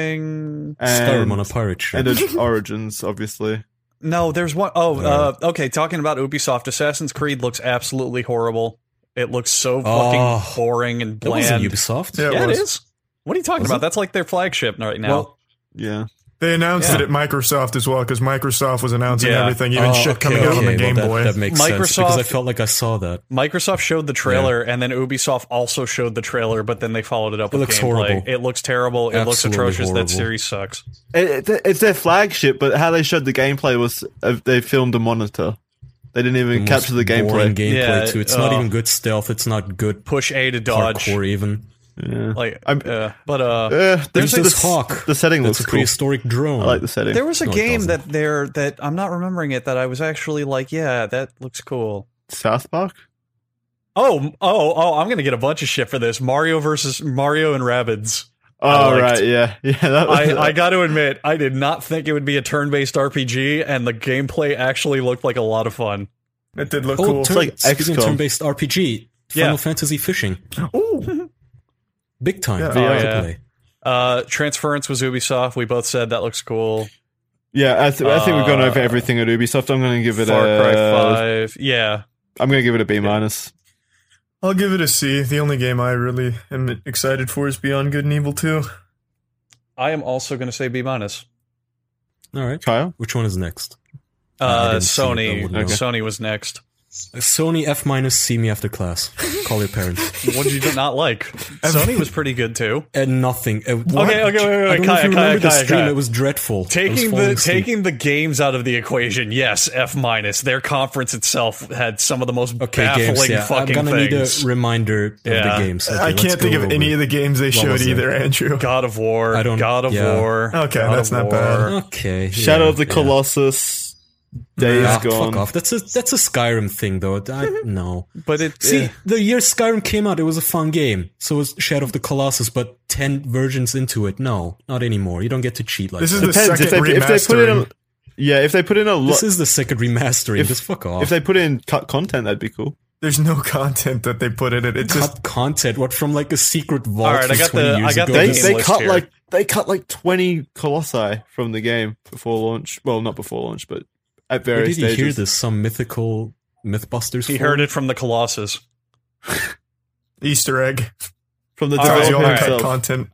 interesting. and, Skyrim on a pirate ship. and then [LAUGHS] Origins, obviously. No, there's one oh uh, okay. Talking about Ubisoft, Assassin's Creed looks absolutely horrible. It looks so fucking Oh. boring and that bland. wasn't Ubisoft. Yeah. yeah, It it was. is. What are you talking Was about? it? That's like their flagship right now. Well, Yeah, They announced Yeah. it at Microsoft as well because Microsoft was announcing Yeah. everything, even Oh, shit okay, coming out on okay, the Game well, Boy. That, that makes sense because I Microsoft- felt like I saw that. Microsoft showed the trailer, and then Ubisoft also showed the trailer, but then they followed it up. It with looks gameplay. horrible. It looks terrible. It looks Absolutely atrocious. horrible. That series sucks. It- it- it's their flagship, but how they showed the gameplay was uh, they filmed a monitor. They didn't even Most capture the boring gameplay. gameplay Yeah, too. It's uh, not even good stealth. It's not good Push A to dodge. parkour even. Yeah. Like, I'm- uh, but uh, Uh, There's the- this the- hawk. The setting That's looks a cool. prehistoric drone. I like the setting. there was a No, it game doesn't. that there that I'm not remembering it that I was actually like, yeah, that looks cool. South Park. Oh, m- oh, oh! I'm gonna get a bunch of shit for this. Mario versus Mario and Rabbids. Oh liked- right, yeah, [LAUGHS] yeah. That was, I, [LAUGHS] I got to admit, I did not think it would be a turn-based RPG, and the gameplay actually looked like a lot of fun. It did look oh, cool. turn, like speaking of XCOM. turn-based RPG. Final Yeah. Fantasy Fishing. Ooh. Big time. Yeah. Big Oh, to yeah. play. Uh, Transference was Ubisoft. We both said that looks cool. yeah, I, th- I think we've gone over Uh, everything at Ubisoft. I'm going to give it Far Cry a. Five. Yeah, am going to give it a B minus. I'll give it a C. The only game I really am excited for is Beyond Good and Evil 2. I am also gonna say B minus. All right. Kyle, Which one is next? I Uh, didn't see it, I Sony. wouldn't know. Sony was next. Sony F minus. See me after class. Call your parents. What did you not [LAUGHS] like? Sony was pretty good too. and nothing. Uh, Okay, okay, wait, wait, I wait, don't know if Kaya, you Kaya, remember the Kaya, stream. Kaya. It was dreadful. I was Taking falling the asleep. taking the games out of the equation, yes, F minus. Their conference itself had some of the most Okay, baffling games. Yeah, I'm fucking gonna things. need a reminder Yeah. of the games. Okay, I let's can't go think of over any it. of the games they showed was it? either, Andrew. God of War. I don't- God of yeah. War. Okay, God that's of not War. bad. Okay. Shadow yeah, of the yeah. Colossus. Days Ah, gone. Fuck off. That's a that's a Skyrim thing, though. [LAUGHS] I, no. But it See, eh, the year Skyrim came out, it was a fun game. So was Shadow of the Colossus, but ten versions into it. No, not anymore. You don't get to cheat like This is that. the Depends second if they, if they put in. A, remastering. yeah, if they put in a lot. this is the second remastering. If- Just fuck off. If they put in cut content, that'd be cool. There's no content that they put in it. It's just cut content. What from like a secret vault? All right, from I got 20 the- years I got ago, the They game just- they list cut here. like they cut like twenty colossi from the game before launch. Well, not before launch, but at Where various did you hear stages. this? Some mythical MythBusters. he heard it from the Colossus. Easter egg. from the All right, That's the developer only all right. cut himself. content.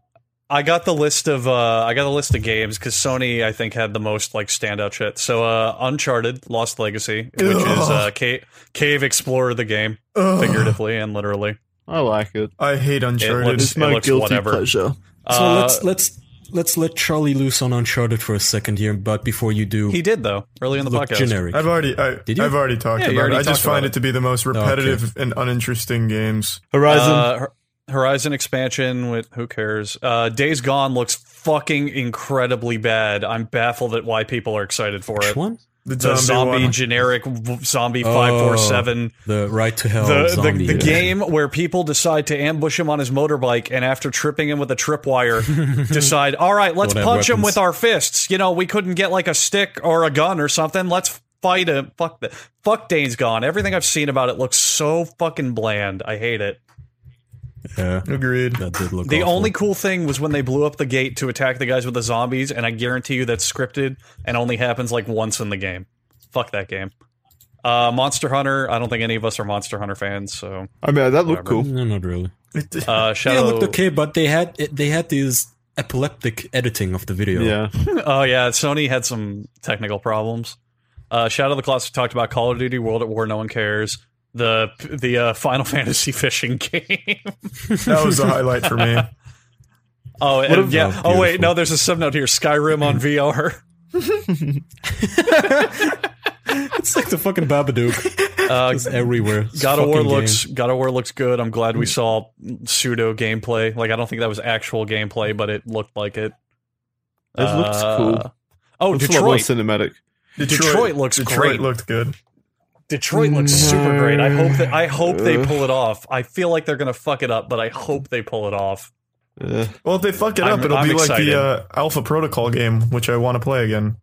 I got the list of uh, I got the list of games because Sony I think had the most like standout shit. So uh, Uncharted, Lost Legacy, which is uh, Ugh. cave, cave explorer the game, Ugh, figuratively and literally. I like it. I hate Uncharted. looks- It's my looks guilty whatever. pleasure. So Uh, let's let's let's let Charlie loose on Uncharted for a second here. But before you do, he did though early in the look podcast. generic. I've already, I, Did you? I've already talked Yeah, you about already it. I just talked about find it. it to be the most repetitive and uninteresting games. Horizon. Uh, Hor- Horizon expansion with who cares? Uh, Days Gone looks fucking incredibly bad. I'm baffled at why people are excited for Which it. one? The zombie, The zombie one. generic v- zombie Oh. five four seven. The Right to Hell The, the, zombie. the yeah. game where people decide to ambush him on his motorbike and after tripping him with a [LAUGHS] tripwire decide, all right, let's Don't have punch him weapons." with our fists. You know, we couldn't get like a stick or a gun or something. Let's fight him. Fuck the fuck Dane's gone. Everything I've seen about it looks so fucking bland. I hate it. Yeah, Agreed. that did look. The awful. only cool thing was when they blew up the gate to attack the guys with the zombies, and I guarantee you that's scripted and only happens like once in the game. Fuck that game. Uh, Monster Hunter. I don't think any of us are Monster Hunter fans, so I mean, that looked whatever. cool. No, not really. It- uh, [LAUGHS] Yeah, it Shadow. looked okay, but they had they had this epileptic editing of the video. Yeah. Oh yeah, Sony had some technical problems. Uh, Shadow of the Colossus talked about Call of Duty World at War. No one cares. The the uh, Final [LAUGHS] Fantasy fishing game. That was [LAUGHS] the highlight for me. oh, and a- yeah. Oh, Oh, wait. beautiful. No, there's a subnote here. Skyrim [LAUGHS] on VR. [LAUGHS] It's like the fucking [LAUGHS] Babadook. Uh, It's everywhere. It's God of War fucking game. looks God of War looks good. I'm glad Mm. we saw pseudo gameplay. Like I don't think that was actual gameplay, but it looked like it. It looks cool. Oh, Looks a lot more Detroit. cinematic. Detroit looks Detroit great. looked good. Detroit looks super great. I hope that I hope they Ugh. pull it off. I feel like they're gonna fuck it up, but I hope they pull it off. Uh, Well, if they fuck it I'm- up, it'll I'm be like excited. the uh, Alpha Protocol game, which I want to play again.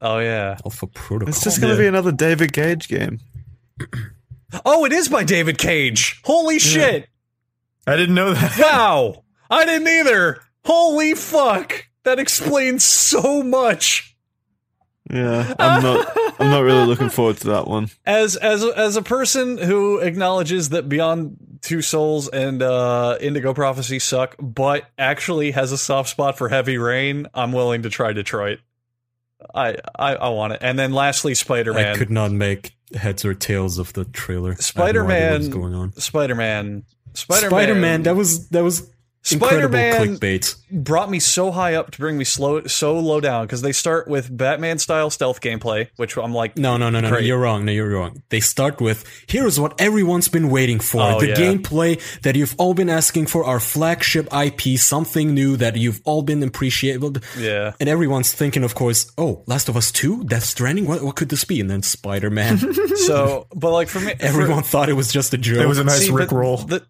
Oh yeah. Alpha Protocol. it's just gonna be another David Gage game. Oh, it is by David Cage. Holy shit! I didn't know that. Wow, I didn't either. Holy fuck! That explains so much. [LAUGHS] Yeah, I'm not. I'm not really looking forward to that one. as as as a person who acknowledges that Beyond Two Souls and uh, Indigo Prophecy suck, but actually has a soft spot for Heavy Rain, I'm willing to try Detroit. I I, I want it. And then lastly, Spider I Man. could not make heads or tails of the trailer. I have no idea Spider-Man- what's going on? Spider Man. Spider Man. That was that was Spider incredible Man clickbait. brought me so high up to bring me slow so low down because they start with Batman style stealth gameplay, which I'm like, No, no, no, no, no. Great. You're wrong. No, you're wrong. They start with here's what everyone's been waiting for. Oh, the yeah. gameplay that you've all been asking for, our flagship IP, something new that you've all been appreciated. yeah. And everyone's thinking, of course, oh, Last of Us 2? Death Stranding? What, what could this be? And then Spider [LAUGHS] Man. So, but like for me, for- [LAUGHS] Everyone thought it was just a joke. It was a nice See, Rick but roll. The,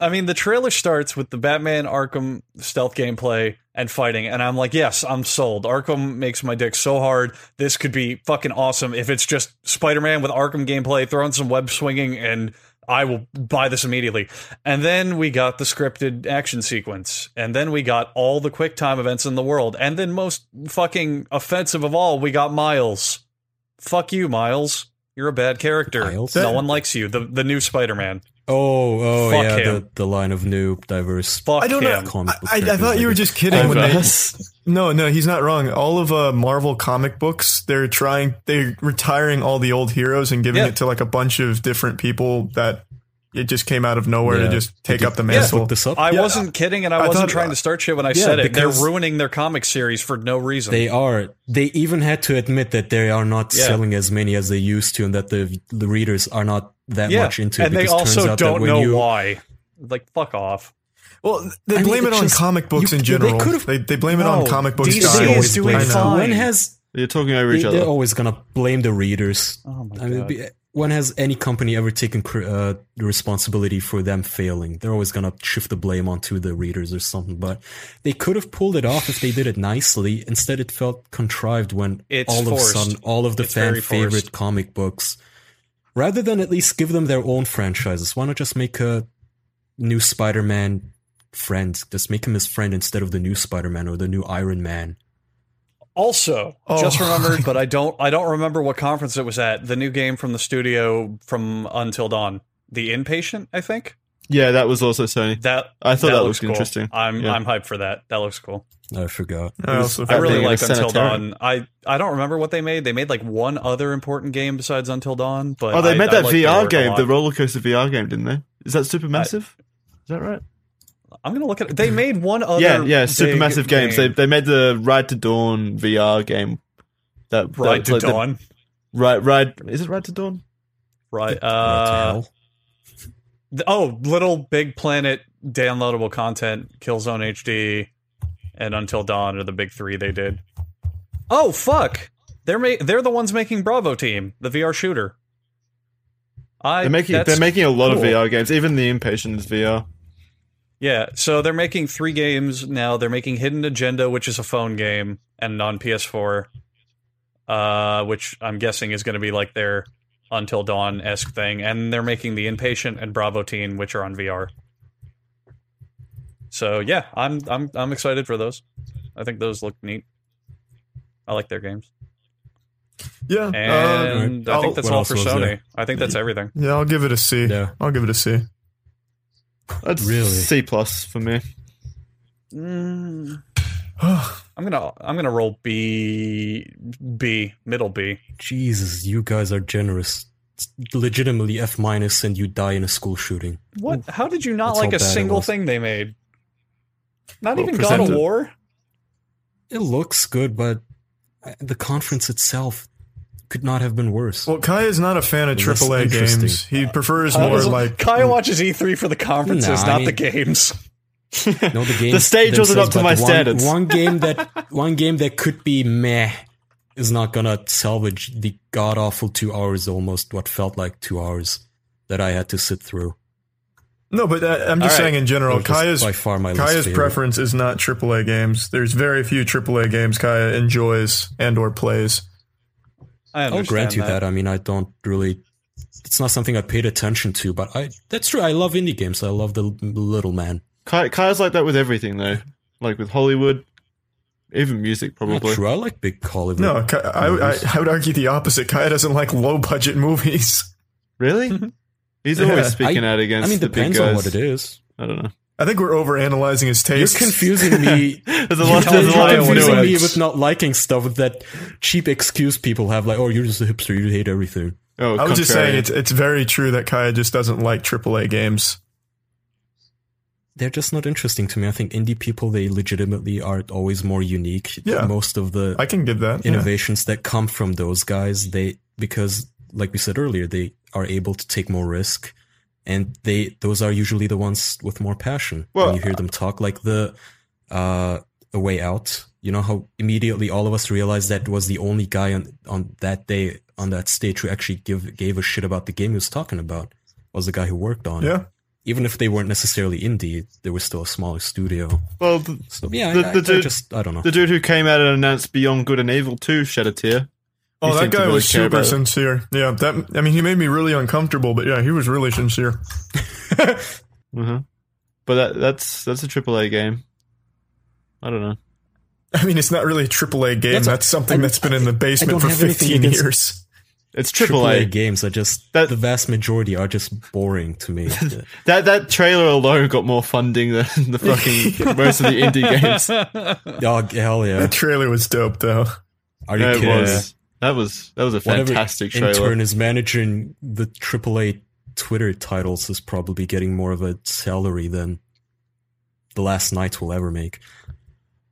I mean, the trailer starts with the Batman Arkham stealth gameplay and fighting, and I'm like, yes, I'm sold. Arkham makes my dick so hard. This could be fucking awesome if it's just Spider Man with Arkham gameplay, throwing some web swinging, and I will buy this immediately. And then we got the scripted action sequence, and then we got all the quick time events in the world, and then most fucking offensive of all, we got Miles. Fuck you, Miles. You're a bad character. Miles? No one likes you. The the new Spider Man. oh, oh, Fuck yeah. him. The, the line of new, diverse. Fuck I don't him. know. comic book I, I, I characters thought you like were it. just kidding when uh, they Diverse. No, no, he's not wrong. All of uh, Marvel comic books, they're trying, they're retiring all the old heroes and giving Yeah. it to like a bunch of different people that it just came out of nowhere Yeah. to just take up the Let's mantle. look this up. I Yeah, wasn't kidding, and I, I wasn't thought- trying to start shit when I Yeah, said it. They're because- ruining their comic series for no reason. They are. They even had to admit that they are not Yeah. selling as many as they used to, and that the the readers are not that yeah, much into it. and they because turns also out that don't when know you- why. Like, fuck off. Well, they I mean, blame it's it on just- comic books you- in they general. They, could've- they, blame it No, on comic books. DC They're dying. always is doing blaming- I know. One fine. has. You're talking over They, each they're other. always gonna blame the readers. Oh my I mean, god. be- when has any company ever taken cr- uh, the responsibility for them failing? They're always gonna shift the blame onto the readers or something. But they could have pulled it off if they did it nicely. Instead, it felt contrived when It's all of a forced. sudden all of the It's fan very forced. favorite comic books. Rather than at least give them their own franchises, why not just make a new Spider-Man friend? Just make him his friend instead of the new Spider-Man or the new Iron Man. Also, Oh. just [LAUGHS] remembered, but I don't. I don't remember what conference it was at. The new game from the studio from Until Dawn, the Inpatient, I think. Yeah, that was also Sony. That I thought that, looked cool. interesting. I'm Yeah. I'm hyped for that. That looks cool. I forgot. I also I really being in a liked Until sanitarium. Dawn. I, I don't remember what they made. They made like one other important game besides Until Dawn, but Oh, they I- made I that liked their VR work a game, lot. the roller coaster VR game, didn't they? Is that Supermassive? Is that right? I'm gonna look at it. They made one other. [LAUGHS] yeah, yeah, big Supermassive Games. They game. they made the Ride to Dawn VR game. That Ride that to was like the- Dawn. Ride Ride is it Ride to Dawn? Right. What the Uh, hell? th- oh, Little Big Planet downloadable content, Killzone HD, and Until Dawn are the big three they did. Oh fuck! They're ma- they're the ones making Bravo Team, the VR shooter. I They're making that's they're making a lot cool. of VR games. Even the Impatient is VR. Yeah, so they're making three games now. They're making Hidden Agenda, which is a phone game, and on PS4, uh, which I'm guessing is going to be like their Until Dawn esque thing. And they're making the Inpatient and Bravo Teen, which are on VR. So yeah, I'm I'm I'm excited for those. I think those look neat. I like their games, Yeah. uh, and I I'll- think that's Oh, what all else for was Sony. there? I think that's everything. yeah, I'll give it a C. Yeah. will give it a C. [SIGHS] That's Really? C plus for me. Mm, I I'm gonna I'm gonna roll B B middle B. Jesus, you guys are generous. It's legitimately F minus, and you die in a school shooting. What? How did you not That's how like a bad it single was. thing they made? Not Well, even God of presented. War. It looks good, but uh, the conference itself could not have been worse. Well, Kai is not a fan of That's AAA interesting. games. He prefers Kyle more doesn't- like Kyle watches E3 for the conferences, Hmm. Nah, I not the mean- games. no, the game The stage wasn't up to my standards. One game that [LAUGHS] one game that could be meh is not gonna salvage the god awful two hours, almost what felt like two hours that I had to sit through. no. But that, I'm just All right. saying in general, It was just Kaya's by far my least Kaya's favorite. preference is not AAA games. There's very few AAA games Kaya enjoys and or plays. I I'll understand grant you that. that. I mean, I don't really. It's not something I paid attention to, but I. That's true. I love indie games. I love the l- little man. Kai, Kai's like that with everything [LAUGHS] though, like with Hollywood, even music Not probably. true. I like big Hollywood. No, Kai, I, I, I would argue the opposite. Kaya doesn't like low budget [LAUGHS] movies. [LAUGHS] Really? He's Yeah. always speaking out I against mean, the big depends guys. on what it is. [LAUGHS] I don't know. I think we're overanalyzing his You're taste. confusing me. [LAUGHS] There's a You're lot. There's a lot of confusing me nuance. with not liking stuff with that cheap excuse people have, like, "Oh, you're just a hipster. You hate everything." Oh, I was just contrarian. saying it's it's very true that Kaya just doesn't like AAA games. They're just not interesting to me. I think indie people they legitimately are always more unique. Yeah. most of the I can give that. yeah. innovations that come from those guys they because like we said earlier they are able to take more risk and they those are usually the ones with more passion Well, when you hear them talk like the uh a way out you know how immediately all of us realized that was the only guy on on that day on that stage who actually give gave a shit about the game he was talking about was the guy who worked on it. Yeah. even if they weren't necessarily indie they were still a smaller studio Well, the, so yeah The- I, the I- I dude- just i don't know the dude who came out and announced Beyond Good and Evil 2 shed a tear. Oh, You that seem to guy really was care about super it. sincere. Yeah, that I mean, he made me really uncomfortable, but yeah, he was really sincere. [LAUGHS] Mm-hmm. Uh-huh. But that, that's that's a AAA game. I don't know. I mean, it's not really a AAA game. That's, That's a- something I- that's been in the basement don't for have anything 15 against- years. It's triple A AAA. games are just That- the vast majority are just boring to me. That that trailer alone got more funding than [LAUGHS] the [LAUGHS] fucking most of the [LAUGHS] indie games. oh hell yeah! That trailer was dope, though. Are you it kidding? was. That was that was a Whatever fantastic trailer. Intern is managing the triple A Twitter titles is probably getting more of a salary than the last night will ever make.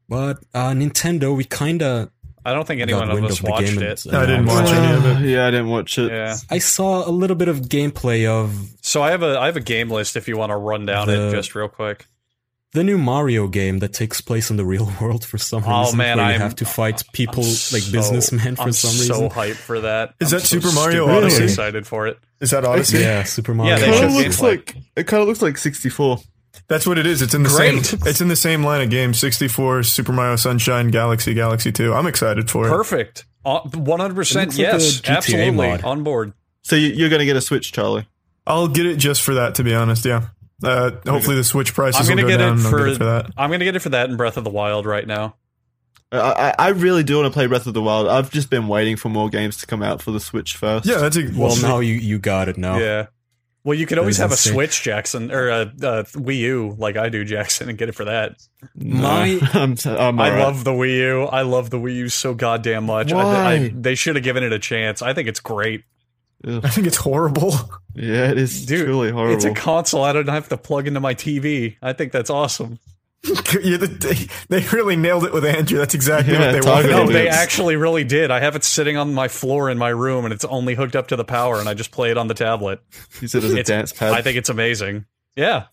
But uh, Nintendo, we kinda I don't think anyone got of wind us the watched game and- it. and I didn't announced watch it. any of it. Yeah, I didn't watch it. Yeah. I saw a little bit of gameplay of So I have a I have a game list if you want to run down The- it just real quick. the new Mario game that takes place in the real [LAUGHS] world for some Oh, reason. man, where you I'm- have to fight people I'm like so- businessmen for I'm some So reason. hyped for that. Is I'm that so Super Mario stupidly Odyssey? Excited for it. Is that Odyssey? Yeah, Super Mario. they It kind showed of looks gameplay. like it kind of looks like 64. That's what it is. It's in the Great. same. It's in the same line of games. 64, Super Mario Sunshine, Galaxy, Galaxy 2. I'm excited for it. Perfect. Uh, One hundred It percent. looks like a Yes. GTA absolutely. mod. On board. So you, you're going to get a Switch, Charlie. I'll get it just for that, to be honest. Yeah. Uh, hopefully the Switch prices I'm will gonna go get down. it and I'll for, get it for that. I'm gonna get it for that in Breath of the Wild right now. I, I, I really do want to play Breath of the Wild. I've just been waiting for more games to come out for the Switch first. Yeah, that's a, Well, now you, you got it now. Yeah. Well, you could always is have a insane. Switch, Jackson, or a, a Wii U, like I do, Jackson, and get it for that. No, My- [LAUGHS] I'm, si am I love the Wii U. I love the Wii U so goddamn much. I- I, Why? they should have given it a chance. I think it's great. [LAUGHS] I think it's horrible. [LAUGHS] Yeah, it is Dude, truly horrible. It's a console I don't have to plug into my TV. I think that's awesome. You're the- they, they really nailed it with Andrew. That's exactly Yeah, what they targeted No, wanted. it. they is. actually really did. I have it sitting on my floor in my room and it's only hooked up to the power and I just play it on the tablet. Use it as a it's- dance pad. I think it's amazing. [LAUGHS] Yeah.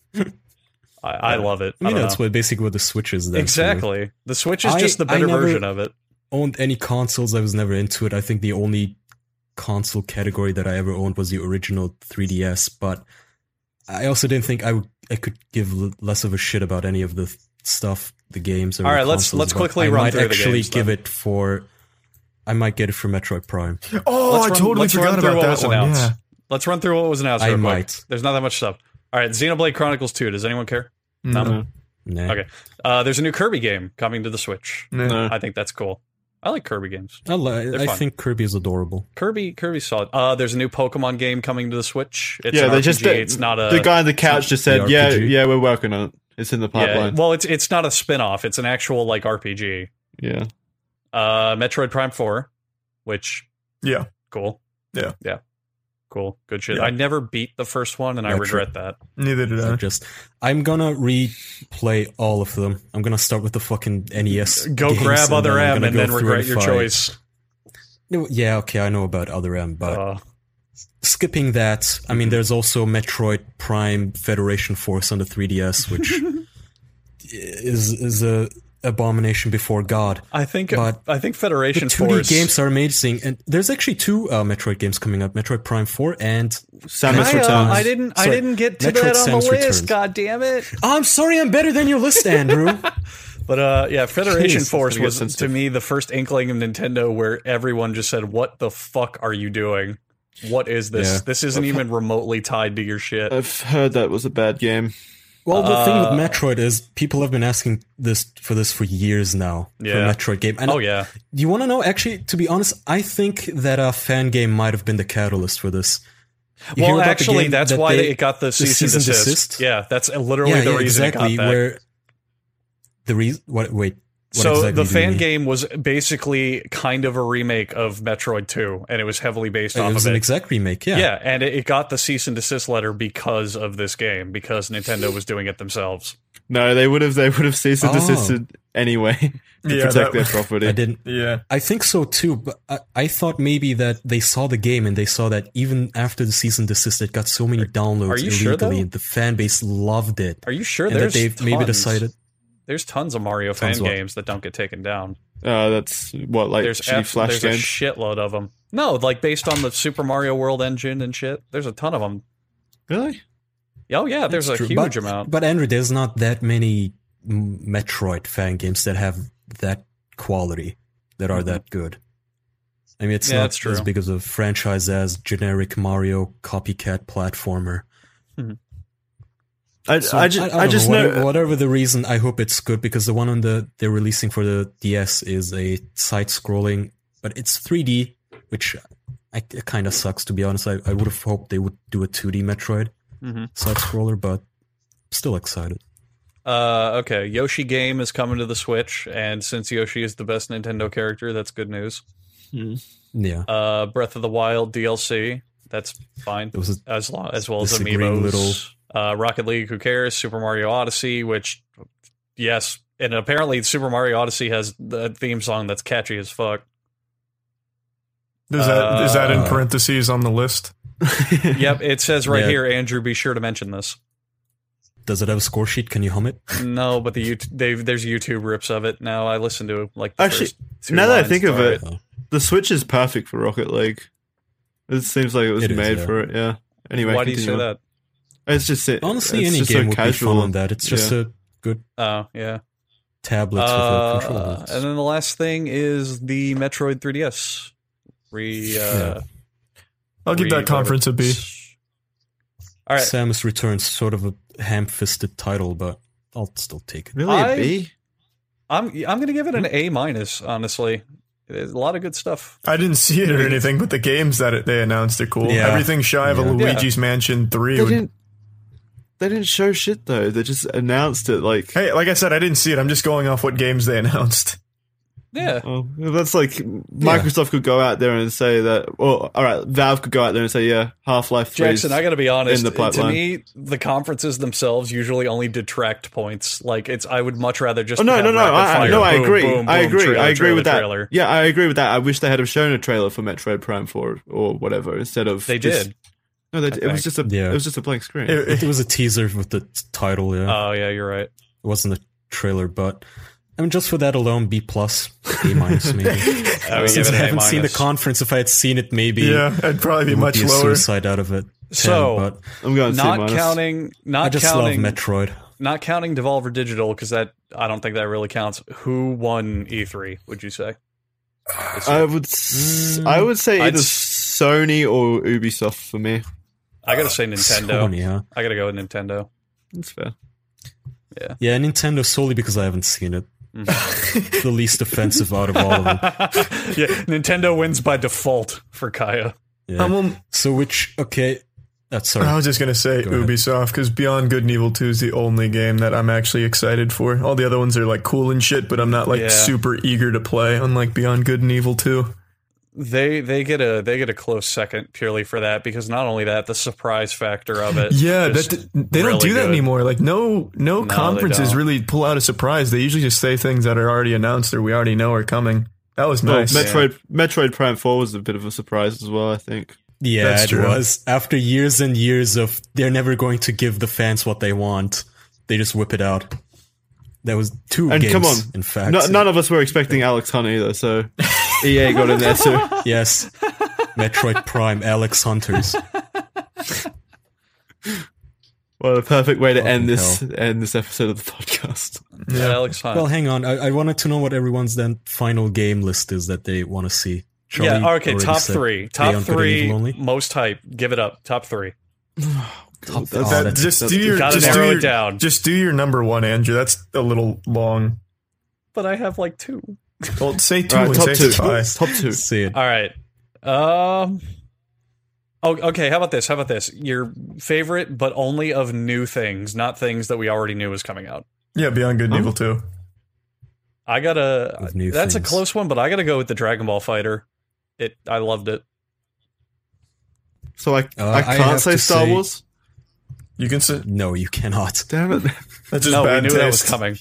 I, I love it. I mean, don't that's know. what basically what the Switch is. Then Exactly. The Switch is I- just the I better never- version of it. Owned any consoles? I was never into it. I think the only console category that I ever owned was the original 3DS. But I also didn't think I would. I could give l- less of a shit about any of the th- stuff, the games. Or All the right, let's- consoles, let's but quickly I run might through the actually games, give then. it for. I might get it for Metroid Prime. Oh, Let's I run- totally let's forgot run through about what that was one. announced. Yeah. Let's run through what was announced. I real quick. might. There's not that much stuff. All right, Xenoblade Chronicles 2. Does anyone care? no, Nah. Okay. Uh, there's a new Kirby game coming to the Switch. No. no. I think that's cool. I like Kirby games. I, li- They're I fun. think Kirby is adorable. Kirby, Kirby's solid. Uh, there's a new Pokemon game coming to the Switch. It's Yeah, an they RPG. just did- it's not a the guy on the couch just said, the "Yeah, RPG. yeah, we're working on it. It's in the yeah, pipeline." well, it's it's not a spin-off. It's an actual like RPG. Yeah. Uh, Metroid Prime Four, which Yeah. cool. Yeah. yeah, cool, good shit. Yeah. I never beat the first one, and I Metroid. regret that. Neither did I I. just I'm gonna replay all of them. I'm gonna start with the fucking NES. Go games, grab and other M I'm gonna and go then through regret your fight. choice. No, Yeah, okay, I know about other M, but Uh, skipping that, I mean, there's also Metroid Prime Federation Force on the [LAUGHS] 3DS, which is is a abomination before God. I think But I think Federation the 2D Force games are amazing, and there's actually two uh, Metroid games coming up: Metroid Prime Four and Samus I, uh, returns. I didn't. I Sorry. didn't get to Metroid that on Samus the list. Returns. God damn it! oh, I'm sorry, I'm better than your list, Andrew. But uh, yeah, Federation Jesus, Force that's gonna get was to sensitive. me the first inkling of Nintendo where everyone just said, "What the fuck are you doing? What is this? Yeah. Uh, This isn't even remotely tied to your shit." I've heard that was a bad game. Well, the thing with Uh, Metroid is people have been asking this for this for years now. For Yeah. a Metroid game. And oh yeah, you want to know? Actually, to be honest, I think that a fan game might have been the catalyst for this. You hear well, about the actually, game that's that why they- it got the cease, and, cease and desist. desist? Yeah, that's literally yeah, the yeah, reason exactly. it got that. Where the reason? What? Wait. What so exactly the do you fan mean? game was basically kind of a remake of Metroid Two, and it was heavily based It off was of an it. exact remake. Yeah. yeah. and it, it got the cease and desist letter because of this game, because Nintendo was doing it themselves. No, they would have. They would have ceased and Oh. desisted anyway [LAUGHS] to Yeah, protect that- their I property. didn't. Yeah. I think so too, but I, I thought maybe that they saw the game and they saw that even after the cease and desist, it got so many downloads are you sure, illegally, though? and the fan base loved it, Are you sure and that there's they've tons- maybe decided. there's tons of Mario Tons fan what? games that don't get taken down. Uh, that's what like there's shitty F- flash there's a games. shitload of them. No, like based on the Super Mario World engine and shit. There's a ton of them. really? Oh yeah, there's It's a true, huge but- amount. But Andrew, there's not that many M- Metroid fan games that have that quality that are that good. I mean, it's Yeah, not that's true. as big of a franchise as generic Mario copycat platformer. I, So, I, ju- I, don't just know. whatever, whatever the reason. I hope it's good because the one on the they're releasing for the DS is a side-scrolling, but it's 3D, which I, it kind of sucks to be honest. I, I would have hoped they would do a 2D Metroid Mhm. side-scroller, but still excited. Uh, okay, Yoshi game is coming to the Switch, and since Yoshi is the best Nintendo character, that's good news. Yeah, Uh, Breath of the Wild DLC, that's fine it was a as long as well as This is a green amiibos. little- Uh, Rocket League, who cares? Super Mario Odyssey, which yes, and apparently Super Mario Odyssey has the theme song that's catchy as fuck. Does that is that in Uh, parentheses on the list? [LAUGHS] Yep, it says right Yeah. here, Andrew. Be sure to mention this. Does it have a score sheet? Can you hum it? No, but the you they there's YouTube rips of it now. I listen to like the Actually, first two now that I lines. think of Sorry. it- The Switch is perfect for Rocket League. It seems like it was It is, made yeah. for it. Yeah. Anyway, why do you say continue on. that? It's just [LAUGHS] it, Honestly, it's any just game so would be casual. fun on that. It's just a good Oh yeah. tablet Uh, with a controller. and then the last thing is the Metroid 3DS. Re, uh, Yeah. I'll give that re- conference a B. All right. Samus Returns, sort of a ham-fisted title, but I'll still take it. really I- a B? I'm I'm gonna give it an A minus. Honestly, There's a lot of good stuff. I didn't see it or anything, but the games that it, they announced are cool. Yeah. Everything shy of a Yeah. Luigi's Mansion Three. They Would, didn't. They didn't show shit though. They just announced it like. hey, like I said, I didn't see it. I'm just going off what games they [LAUGHS] announced. Yeah. Oh, that's like Microsoft could go out there and say that. Or all right, Valve could go out there and say, yeah, Half Life Three. Jackson, I gotta be honest. in the to pipeline. me, the conferences themselves usually only detract points. Like it's, I would much rather just. Oh no, have no, no! rapid I, I- fire. no, I Boom, agree. boom, I boom, agree. trailer, I agree trailer, with that. trailer. Yeah, I agree with that. I wish they had have shown a trailer for Metroid Prime Four or whatever instead of They just- did. no, they, I did- it think. was just a Yeah. it was just a blank screen. It- It was a teaser with the t- title. Yeah, Oh yeah, you're right. it wasn't a trailer, but I mean, just for that alone, B plus, A minus, maybe. I would give it Since I an A haven't seen the minus. conference, if I had seen it, maybe yeah, it'd probably it be would much be a lower. suicide out of it. 10, So, but I'm going to not counting, not I just counting love Metroid. not counting Devolver Digital because that I don't think that really counts. Who won E3? Would you say? I would s- Mm. I would say I'd either s- Sony or Ubisoft for me. I Uh, gotta say Nintendo. Sony, huh? I gotta go with Nintendo. [LAUGHS] That's fair. Yeah, Nintendo solely because I haven't seen it. [LAUGHS] the least offensive out of all of them. Um, yeah, Nintendo wins by default for Kaya. Yeah. I'm, um, So which okay, That's I sorry. was just gonna say Go ahead. Ubisoft because Beyond Good and Evil Two is the only game that I'm actually excited for. All the other ones are like cool and shit, but I'm not like Yeah. super eager to play. Unlike Beyond Good and Evil Two. They they get a they get a close second purely for that because not only that the surprise factor of it. Yeah, just- that, they don't really do that good. anymore. Like no, no, No, they conferences don't. really pull out a surprise. They usually just say things that are already announced or we already know are coming. That was Well, nice. Metroid Metroid Prime Four was a bit of a surprise as well. I think. Yeah, That's it true. was. After years and years of they're never going to give the fans what they want, they just whip it out. That was two And games. come on. in fact, No, none of us were expecting Alex Hunt [LAUGHS] either, so EA got in there too. yes, Metroid Prime, Alex Hunters. What a perfect way to Fucking end this end this episode of the [LAUGHS] podcast. that Alex Hunt. Well, hang on. I, I wanted to know what everyone's then final game list is that they want to see. Charlie yeah, okay, already top said three. Top Beyond Good and three Evil only. most hype. Give it up. Top three. [SIGHS] Top That's- That- Oh, that's- just that's- do your, Gotta just do narrow your- it down. Just do your number one, Andrew. That's a little long. but I have like two. Well, say two All and right, top say two. five. Top two. See it. All right. Um. Oh, okay. How about this? How about this? Your favorite, but only of new things, not things that we already knew was coming out. Yeah, Beyond Good and Huh? Evil Two. I gotta. Of new That's a things. close one, but I gotta go with the Dragon Ball Fighter. It. I loved it. So I Uh, I I can't have say to Star say- Wars. You can say No, you cannot. Damn it! that's just no, we bad knew taste. that was coming.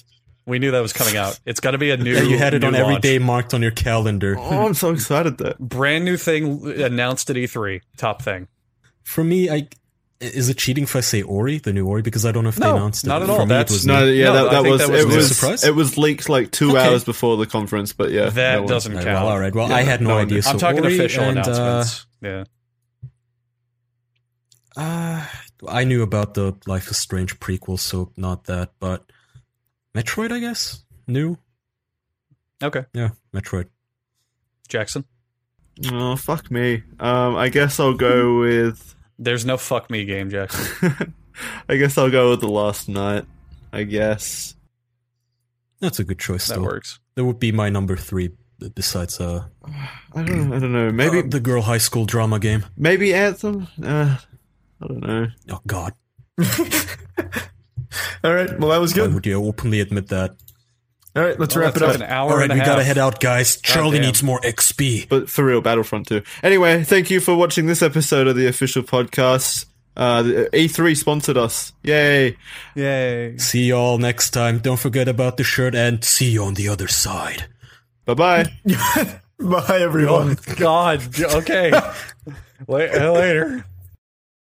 We knew that was coming out. It's got to [LAUGHS] be a new. Yeah, you had it new on every launch. day marked on your calendar. Oh, I'm so excited though. Brand new thing announced at E3. Top thing. For me, I is it cheating if I say Ori, the new Ori, because I don't know if they No, announced it. not at For all. me, it That's- was No, new. No, yeah, I that, that think was that it was a was surprise. it was leaked like two Okay. hours before the conference, but yeah, That no one- doesn't Alright, count. well, all right. Well, I Yeah, had no, no, idea. I'm So talking Ori official and, uh, announcements. yeah. Uh, I knew about the Life is Strange prequel, so not that, but Metroid, I guess. New, Okay, yeah, Metroid. Jackson. Oh fuck me. Um, I guess I'll go with. [LAUGHS] There's no fuck me game, [LAUGHS] Jackson. I guess I'll go with the last night. I guess. That's a good choice. That though. works. That would be my number three. b- Besides, uh, I don't. I don't know. maybe Maybe. the girl high school drama game. Maybe Anthem. Uh, I don't know. Oh God, All right. Well, that was why good. would you openly admit that? All right, let's Well, wrap it that's up. like An hour All right, and a we half. gotta head out, guys. Charlie damn. needs more XP. But for real, Battlefront 2. Anyway, thank you for watching this episode of the official podcast. Uh, the- E3 sponsored us. Yay. Yay. [LAUGHS] See y'all next time. Don't forget about the shirt, and see you on the other side. Bye bye. Oh, Bye, everyone. [LAUGHS] God. Okay. La- Later.